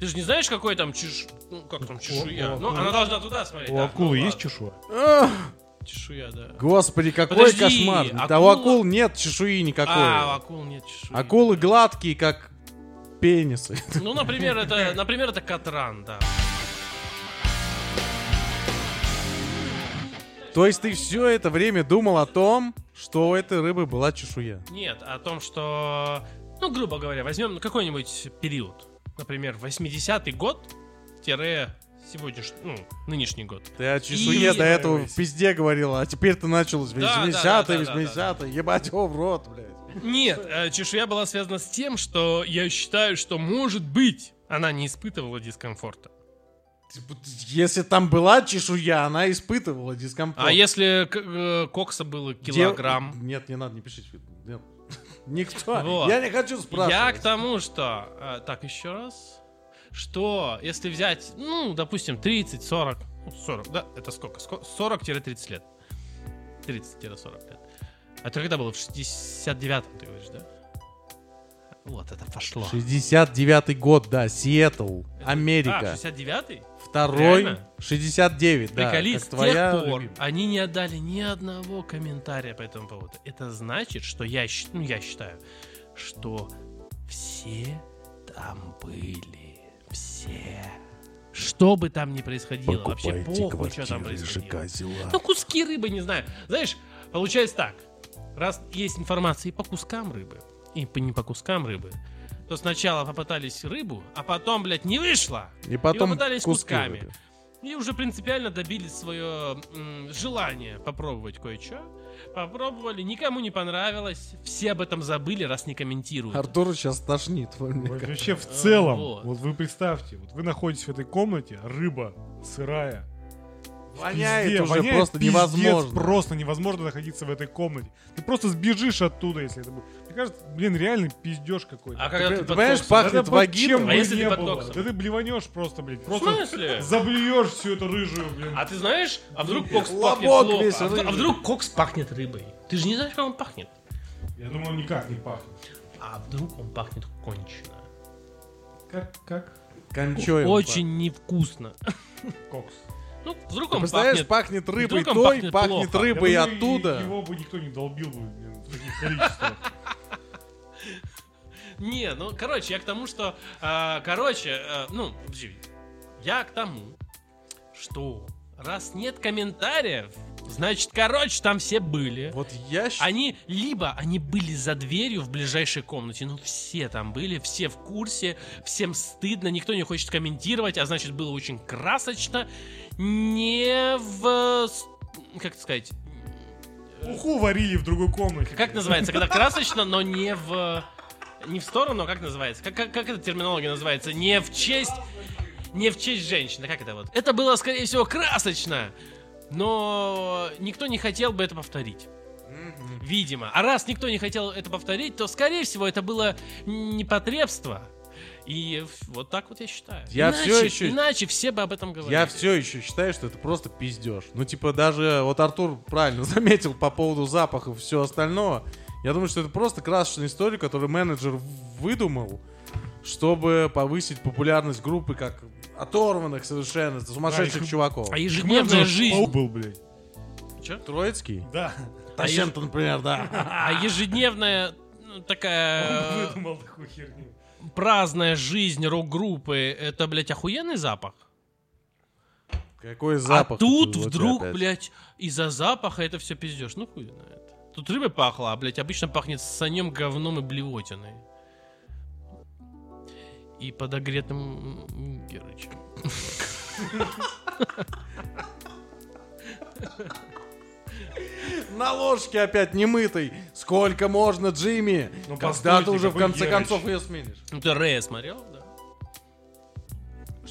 Ты же не знаешь, какой там чеш... Ну, как там чешуя?
у
ну,
акулы-
она должна туда смотреть.
У
да.
акулы
Ну,
есть
ладно.
чешуя?
Ах,
чешуя? да.
Господи, какой
Подожди,
кошмар. Да у
акула-
акул нет чешуи никакой.
А, у акул нет чешуи.
Акулы гладкие, как пенисы.
Ну, например, это, например, это Катран, да.
То есть ты все это время думал о том, что у этой рыбы была чешуя.
Нет, о том, что, ну, грубо говоря, возьмем какой-нибудь период. Например, 80-й год тире сегодняшний, ну, нынешний год.
Ты о чешуе
И-
до этого в пизде говорила, а теперь ты начал с
Да,
80
да, да, да,
80 ебать его в рот, блядь.
Нет, э, чешуя была связана с тем, что я считаю, что, может быть, она не испытывала дискомфорта.
Типа, Если там была чешуя, она испытывала дискомфорт.
А если к- э, кокса было килограмм?
Дел- Нет, не надо, не пишите. Нет. Никто.
Вот.
Я не хочу спрашивать.
Я к тому, что... э, так, еще раз. Что, если взять, ну, допустим, 30, 40... ну, 40, да? Это сколько? Ско- 40-30 лет. 30-40 лет. А это когда было? В 69-м, ты говоришь, да? Вот это пошло.
69-й год, да, Сиэтл,
Это- А,
Америка.
69-й?
Второй,
реально?
69, да.
Приколись,
как
с
твоя
тех пор
любимая.
они не отдали ни одного комментария по этому поводу. Это значит, что я, щ- ну, я считаю, что все там были. Все. Что бы там ни происходило, вообще похуй, что там происходило. Ну, куски рыбы, не знаю. Знаешь, получается так. Раз есть информация и по кускам рыбы, и по, не по кускам рыбы, то сначала попытались рыбу, а потом, блядь, не вышло.
И потом
попытались
куски
кусками.
выбили.
И уже принципиально добили свое м, желание попробовать кое-что. Попробовали, никому не понравилось. Все об этом забыли, раз не комментируют.
Артур сейчас тошнит. мне
Вот
кажется.
Вообще в целом,
вот.
вот. вы представьте, вот вы находитесь в этой комнате, рыба сырая,
Воняет
пизде,
уже
воняет
просто
пиздец,
невозможно.
просто невозможно находиться в этой комнате. Ты просто сбежишь оттуда, если это будет. Мне кажется, блин, реально пиздеж какой-то.
А
Да
когда
Ты
ты, под
понимаешь,
коксом-
пахнет
под
вагином.
чем
А
бы
если
не
ты под
было.
коксом?
Да ты блеванешь просто, блин.
В
Просто
смысле?
заблюешь всю эту рыжую, блин.
А ты знаешь, а вдруг кокс
Лобок
пахнет лоб-
весь
а, вд-
рыжий.
а вдруг кокс пахнет рыбой? Ты же не знаешь, как он пахнет.
Я думал, он никак не пахнет.
А вдруг он пахнет кончено.
Как, как?
Кончоем.
Очень невкусно.
Кокс.
Ну, вдруг
Ты
он
представляешь,
пахнет.
пахнет рыбой
вдруг он
той,
пахнет
пахнет
плохо.
рыбой
Я думаю,
оттуда.
и- Его бы никто не долбил бы блин, в таких количествах.
Не, ну, короче, я к тому, что... а, короче, а, ну, подожди. Я к тому, что раз нет комментариев, значит, короче, там все были.
Вот я щ-
Они либо они были за дверью в ближайшей комнате, ну все там были, все в курсе, всем стыдно, никто не хочет комментировать, а значит было очень красочно, не в с- как это сказать,
Уху варили в другой комнате.
как называется, когда красочно, но не в не в сторону, а как называется, как как, как эта терминология называется, не в честь не в честь женщины, как это вот? Это было, скорее всего, красочно, но никто не хотел бы это повторить. Видимо. А раз никто не хотел это повторить, то, скорее всего, это было непотребство. И в- вот так вот я считаю.
Я
иначе,
всё ещё-
Иначе все бы об этом говорили.
Я все еще считаю, что это просто пиздеж. Ну, типа, даже вот Артур правильно заметил по поводу запахов и всего остального. Я думаю, что это просто красочная история, которую менеджер в- выдумал, чтобы повысить популярность группы как оторванных совершенно, сумасшедших
Да, их-
чуваков.
А ежедневная
Паук
жизнь...
был, блядь.
Чё?
Троицкий?
Да.
Тащенко, например, да.
А ежедневная ну, такая э,
Выдумал такую херню.
праздная жизнь рок-группы, это, блядь, охуенный запах.
Какой запах.
а тут
у тебя
вдруг,
опять?
блядь, из-за запаха это все пиздешь. Ну хуй знает. Тут рыба пахла, а, блядь, обычно пахнет санем, говном и блевотиной. И подогретым м, Герычем.
На ложке опять немытой. Сколько можно, Джимми?
Ну,
Когда
постойте,
ты уже в
какой
конце
Герыч.
концов ее сменишь?
Ну ты Рея смотрел, да?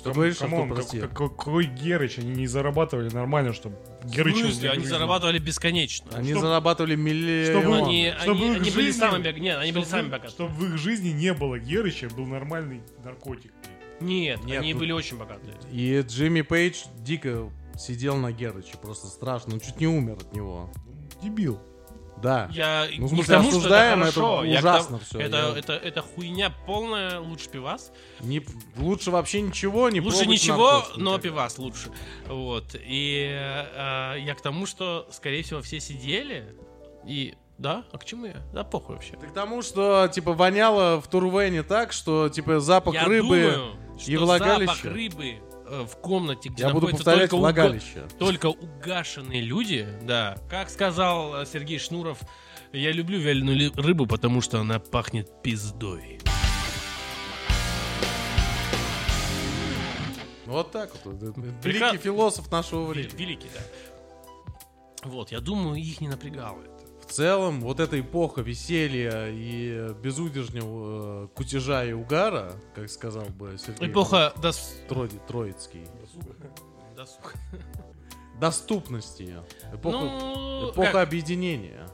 Ты говоришь,
Кам-
Артур,
камон,
прости.
как- как- какой Герыч? Они не зарабатывали нормально, чтобы
В
Герыч...
смысле, Ну, они зарабатывали бесконечно.
Они
чтоб-
зарабатывали
чтобы-
миллион.
Они,
Чтобы
они-
их
они были
жизнью-
самыми, бог- нет, они были сами богаты.
Чтобы в их жизни не было Герыча, был нормальный наркотик.
Нет,
Нет,
они
ну-
были очень богатые.
И Джимми Пейдж дико сидел на Герыче, просто страшно, он чуть не умер от него.
Дебил.
Да.
Я
Ну, в
не к
смысле,
тому, что это
осуждаем, это
хорошо. я к тому-
ужасно всё,
Это,
я-
это, это хуйня полная, лучше пивас.
Не- лучше вообще ничего не
лучше
пробовать
ничего,
наркотики
но
никогда.
пивас лучше. Вот. И э, я к тому, что, скорее всего, все сидели. И да, а к чему я? Да похуй вообще.
Да к тому, что, типа, воняло в Турвене так, что, типа, запах
я
рыбы...
думаю, что
влагалище.
запах рыбы э, в комнате, где
Я буду
находится
повторять
только уга-
влагалище.
Только угашенные люди, да. Как сказал э, Сергей Шнуров, я люблю вяленую ли- рыбу, потому что она пахнет пиздой.
Вот так вот. Это
Прека-
Великий философ нашего
Вели-
времени.
Великий, да. Вот, я думаю, их не напрягало это.
В целом, вот эта эпоха веселья и э, безудержного э, кутежа и угара, как сказал бы Сергей
Эпоха дос...
Троди- Троицкий,
дос-
доступности, эпоха,
Ну,
эпоха
как-
объединения.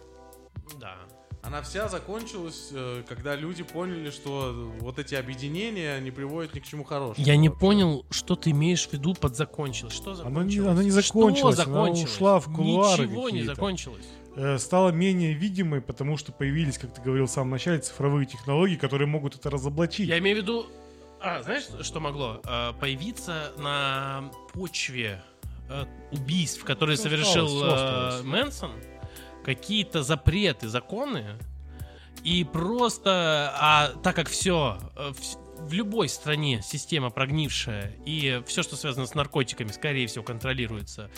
Да.
Она вся закончилась, э, когда люди поняли, что вот эти объединения не приводят ни к чему хорошему.
Я не понял, что ты имеешь в виду под закончилось. Что
Она
закончилось?
не, она не закончилась,
Что закончилось?
она ушла в кулуары
Ничего не
какие-то.
закончилось.
Э, Стала менее видимой, потому что появились, как ты говорил в самом начале, цифровые технологии, которые могут это разоблачить.
Я имею в виду... А, знаешь, что могло? Э, Появиться на почве э, убийств, которые
Всё
совершил
осталось, всё осталось.
э, Мэнсон, какие-то запреты, законы, и просто... А так как все... В любой стране система прогнившая, и все, что связано с наркотиками, скорее всего, контролируется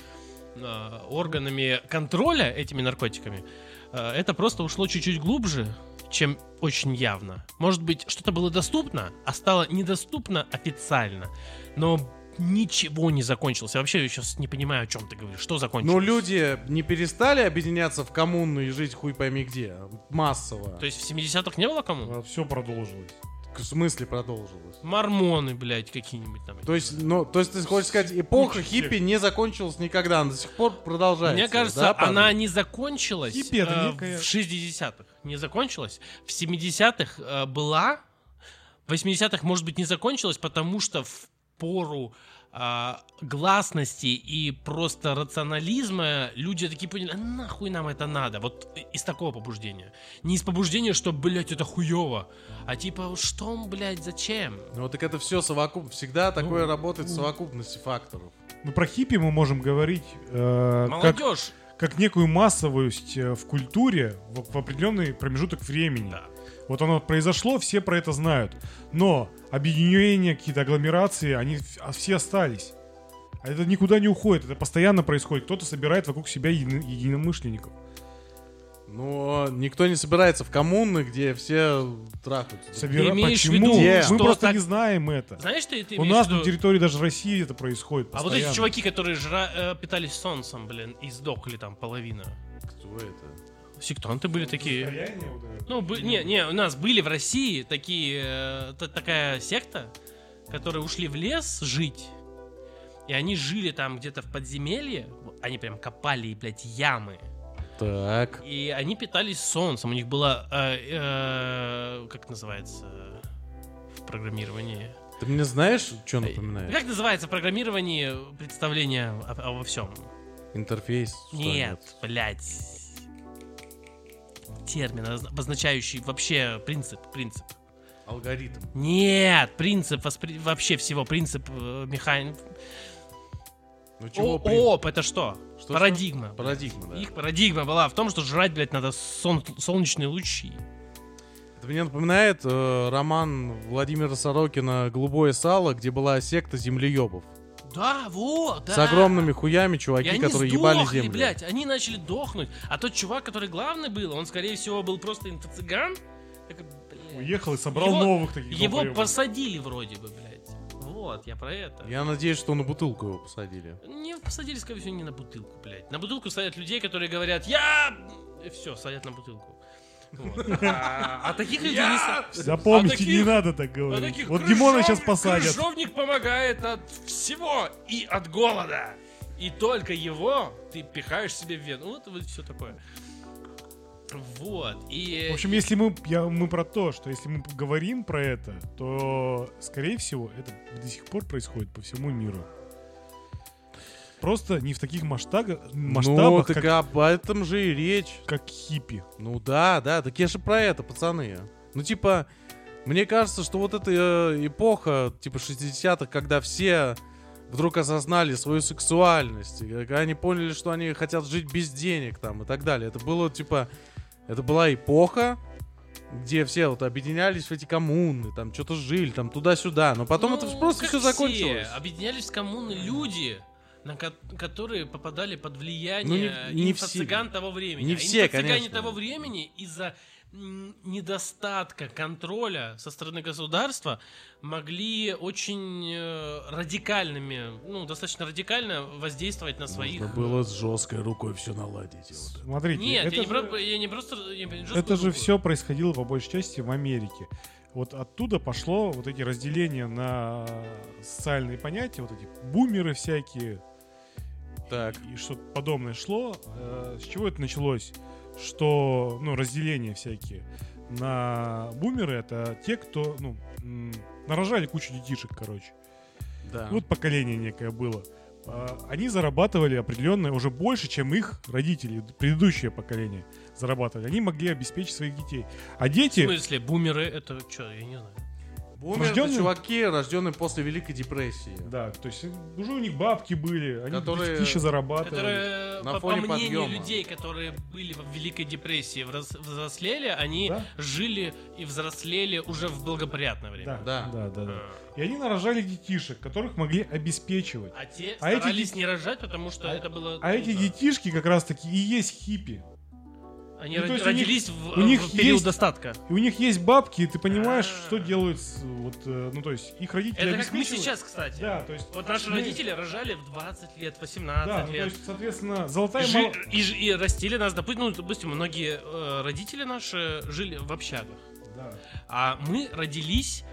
э, органами контроля этими наркотиками, э, это просто ушло чуть-чуть глубже, чем очень явно. Может быть, что-то было доступно, а стало недоступно официально, но ничего не закончилось. Я вообще сейчас не понимаю, о чем ты говоришь. Что закончилось?
Но люди не перестали объединяться в коммуну и жить хуй пойми где, массово.
То есть в 70-х не было
Э.
кому?
Все продолжилось.
В смысле продолжилось?
Мормоны, блядь, какие-нибудь там.
То есть, ну, то есть ты хочешь сказать, эпоха
Куча
хиппи не закончилась никогда, она до сих пор продолжается.
Мне кажется,
да, парни?
она не закончилась
Хиппи это
э,
некая-
в 60-х. Не закончилась. В 70-х э, была. В 80-х, может быть, не закончилась, потому что в пору э, гласности и просто рационализма люди такие поняли, а нахуй нам это надо? Вот из такого побуждения. Не из побуждения, что, блядь, это хуево, а типа, что, блядь, зачем?
Ну, так это все совокуп, всегда
Ну,
такое работает в совокупности факторов.
Ну, про хиппи мы можем говорить э, как,
Молодежь.
как некую массовость э, в культуре в, в определенный промежуток времени.
Да.
Вот оно произошло, все про это знают. Но объединения, какие-то агломерации, они в- а все остались. А это никуда не уходит, это постоянно происходит. Кто-то собирает вокруг себя еди- единомышленников.
Но никто не собирается в коммуны, где все трахаются.
Ты
Собира-
имеешь в
Почему?
виду,
Где?
Мы
что
просто
так-
не знаем это.
Знаешь, ты, ты
У
имеешь
нас
в виду-
на территории даже России это происходит.
А вот
постоянно.
эти чуваки, которые жра- э, питались солнцем, блин, и сдохли там половина.
Кто это?
Сектанты были такие.
Состояние вот это.
Ну, бы- не, не, у нас были в России такие, э, та- такая секта, которые ушли в лес жить. И они жили там где-то в подземелье. Они прям копали, блядь, ямы.
Так.
И они питались солнцем. У них было, э, э, как называется в программировании?
Ты мне знаешь, что напоминает?
Как называется в программировании представление о- обо всем?
Интерфейс? что ли?
Нет, блядь. Термин, оз- обозначающий вообще принцип. Принцип.
Алгоритм.
Нет, принцип воспри- вообще всего. Принцип э, механи-
Ну, чего
О,
при-
ООП это что?
Что-что?
парадигма. блядь.
Парадигма, да.
Их парадигма была в том, что жрать, блядь, надо сон- солнечные лучи.
Это мне напоминает э, роман Владимира Сорокина «Голубое сало», где была секта землеебов.
Да, вот, да.
С огромными хуями чуваки,
И они
которые
сдохли,
ебали землю.
блядь, они начали дохнуть. А тот чувак, который главный был, он, скорее всего, был просто инфо-цыган. Так, блядь.
Уехал и собрал
Его-
новых таких.
Его
долбоёбов.
посадили вроде бы, блядь. Вот, я про это.
Я надеюсь, что на бутылку его посадили.
Не посадили, скорее всего, не на бутылку, блядь. На бутылку садят людей, которые говорят «Я...» И все, садят на бутылку. Вот.
А а таких людей не ста-
Запомните,
А таких-
не надо так
А
говорить.
таких
вот Димона
крыжовник-
сейчас посадят.
Крыжовник помогает от всего и от голода.
И только его ты пихаешь себе в вену. Вот, вот все такое. Вот. И...
В общем, если мы, я, мы про то, что если мы говорим про это, то, скорее всего, это до сих пор происходит по всему миру. Просто не в таких масштабах,
Ну,
масштабах
так а-
как,
об этом же и речь.
как хиппи.
Ну да, да, так я же про это, пацаны. Ну типа, мне кажется, что вот эта э, эпоха, типа 60-х, когда все вдруг осознали свою сексуальность, и когда они поняли, что они хотят жить без денег там и так далее. Это было типа, это была эпоха, где все вот объединялись в эти коммуны, там что-то жили, там туда-сюда. Но потом
Ну,
это просто
как
все закончилось.
Все. а, Объединялись в коммуны люди, на ко- которые попадали под
Ну,
влияние
не- не
инфо-цыган того времени.
Не
А
все,
инфо-цыгане
конечно.
того времени из-за м, недостатка контроля со стороны государства могли очень э, радикальными, ну, достаточно радикально воздействовать на своих...
Можно было с жесткой рукой все наладить. и вот.
Смотрите,
Нет,
это
я, не
же-
про- я не просто... я не жесткую
Это же
руку.
все происходило по большей части в Америке. Вот оттуда пошло вот эти разделения на социальные понятия, вот эти бумеры всякие
Так.
и что-то подобное шло. Э, С чего это началось? Что, ну, разделения всякие на бумеры это те, кто, ну, м, нарожали кучу детишек, короче.
Да.
Вот поколение некое было. А, Они зарабатывали определенное уже больше, чем их родители, д- предыдущее поколение зарабатывали. Они могли обеспечить своих детей. А
В
дети...
смысле, бумеры это что, я не знаю.
Бумеры это
рождённые-
чуваки, рожденные после Великой депрессии.
Да, то есть э, уже у них бабки были, они
Которые-
детишки зарабатывали.
Которые,
На
по, по
фоне
мнению
подъема.
людей, которые были в Великой депрессии, врос- взрослели, они
Да.
жили и взрослели уже в благоприятное
Да,
время.
да,
Да.
да, да, И они нарожали детишек, которых могли обеспечивать.
А те
А эти
старались
дети-
не рожать, потому что
А-
это было...
А эти
трудно.
детишки как раз таки и есть хиппи.
Они
Ну,
род-
то есть у них-
родились в,
у них
в период
есть-
достатка.
И у них есть бабки, и ты понимаешь,
А.
что делают с- вот, э, ну то есть их родители
Это как мы
обеспечивают.
сейчас, кстати.
Да, то есть.
Вот наши
мы-
родители рожали в 20 лет, 18
Да, ну, то
лет.
есть, соответственно, золотая
Жи-
мал-
и, ж- и растили нас, допустим, ну, допустим, многие э, родители наши жили в общагах.
Да.
А мы родились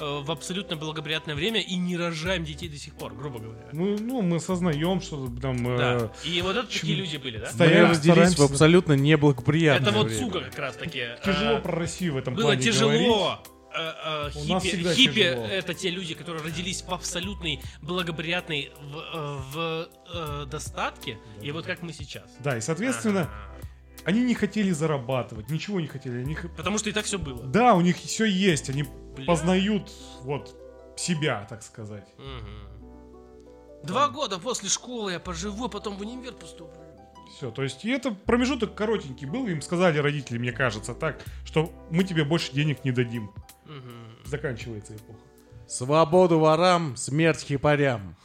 э, в абсолютно благоприятное время и не рожаем детей до сих пор, грубо говоря.
Мы, ну, мы сознаем, что там э,
Да. И вот это такие
чем-
люди были, да?
Ста-
Мы
Стоя-
разделись
стараемся-
в абсолютно неблагоприятное
Это вот
время.
Цуга как раз таки.
тяжело
э,
про Россию в этом
Было
плане говорить.
тяжело. Э, э,
У нас
Хиппи,
всегда
хиппи
тяжело.
это те люди, которые родились в абсолютной благоприятной в, э, в, э, достатке. и вот как мы сейчас.
Да, и соответственно,
А,
они не хотели зарабатывать, ничего не хотели. Они... х-
Потому что и так все было.
Да, у них все есть, они
Бля.
познают вот себя, так сказать.
Мгм. Два года после школы я поживу, а потом в универ поступлю.
Все, то есть и это промежуток коротенький был, им сказали родители, мне кажется, так, что мы тебе больше денег не дадим.
Мгм.
Заканчивается эпоха.
Свободу ворам, смерть хипарям.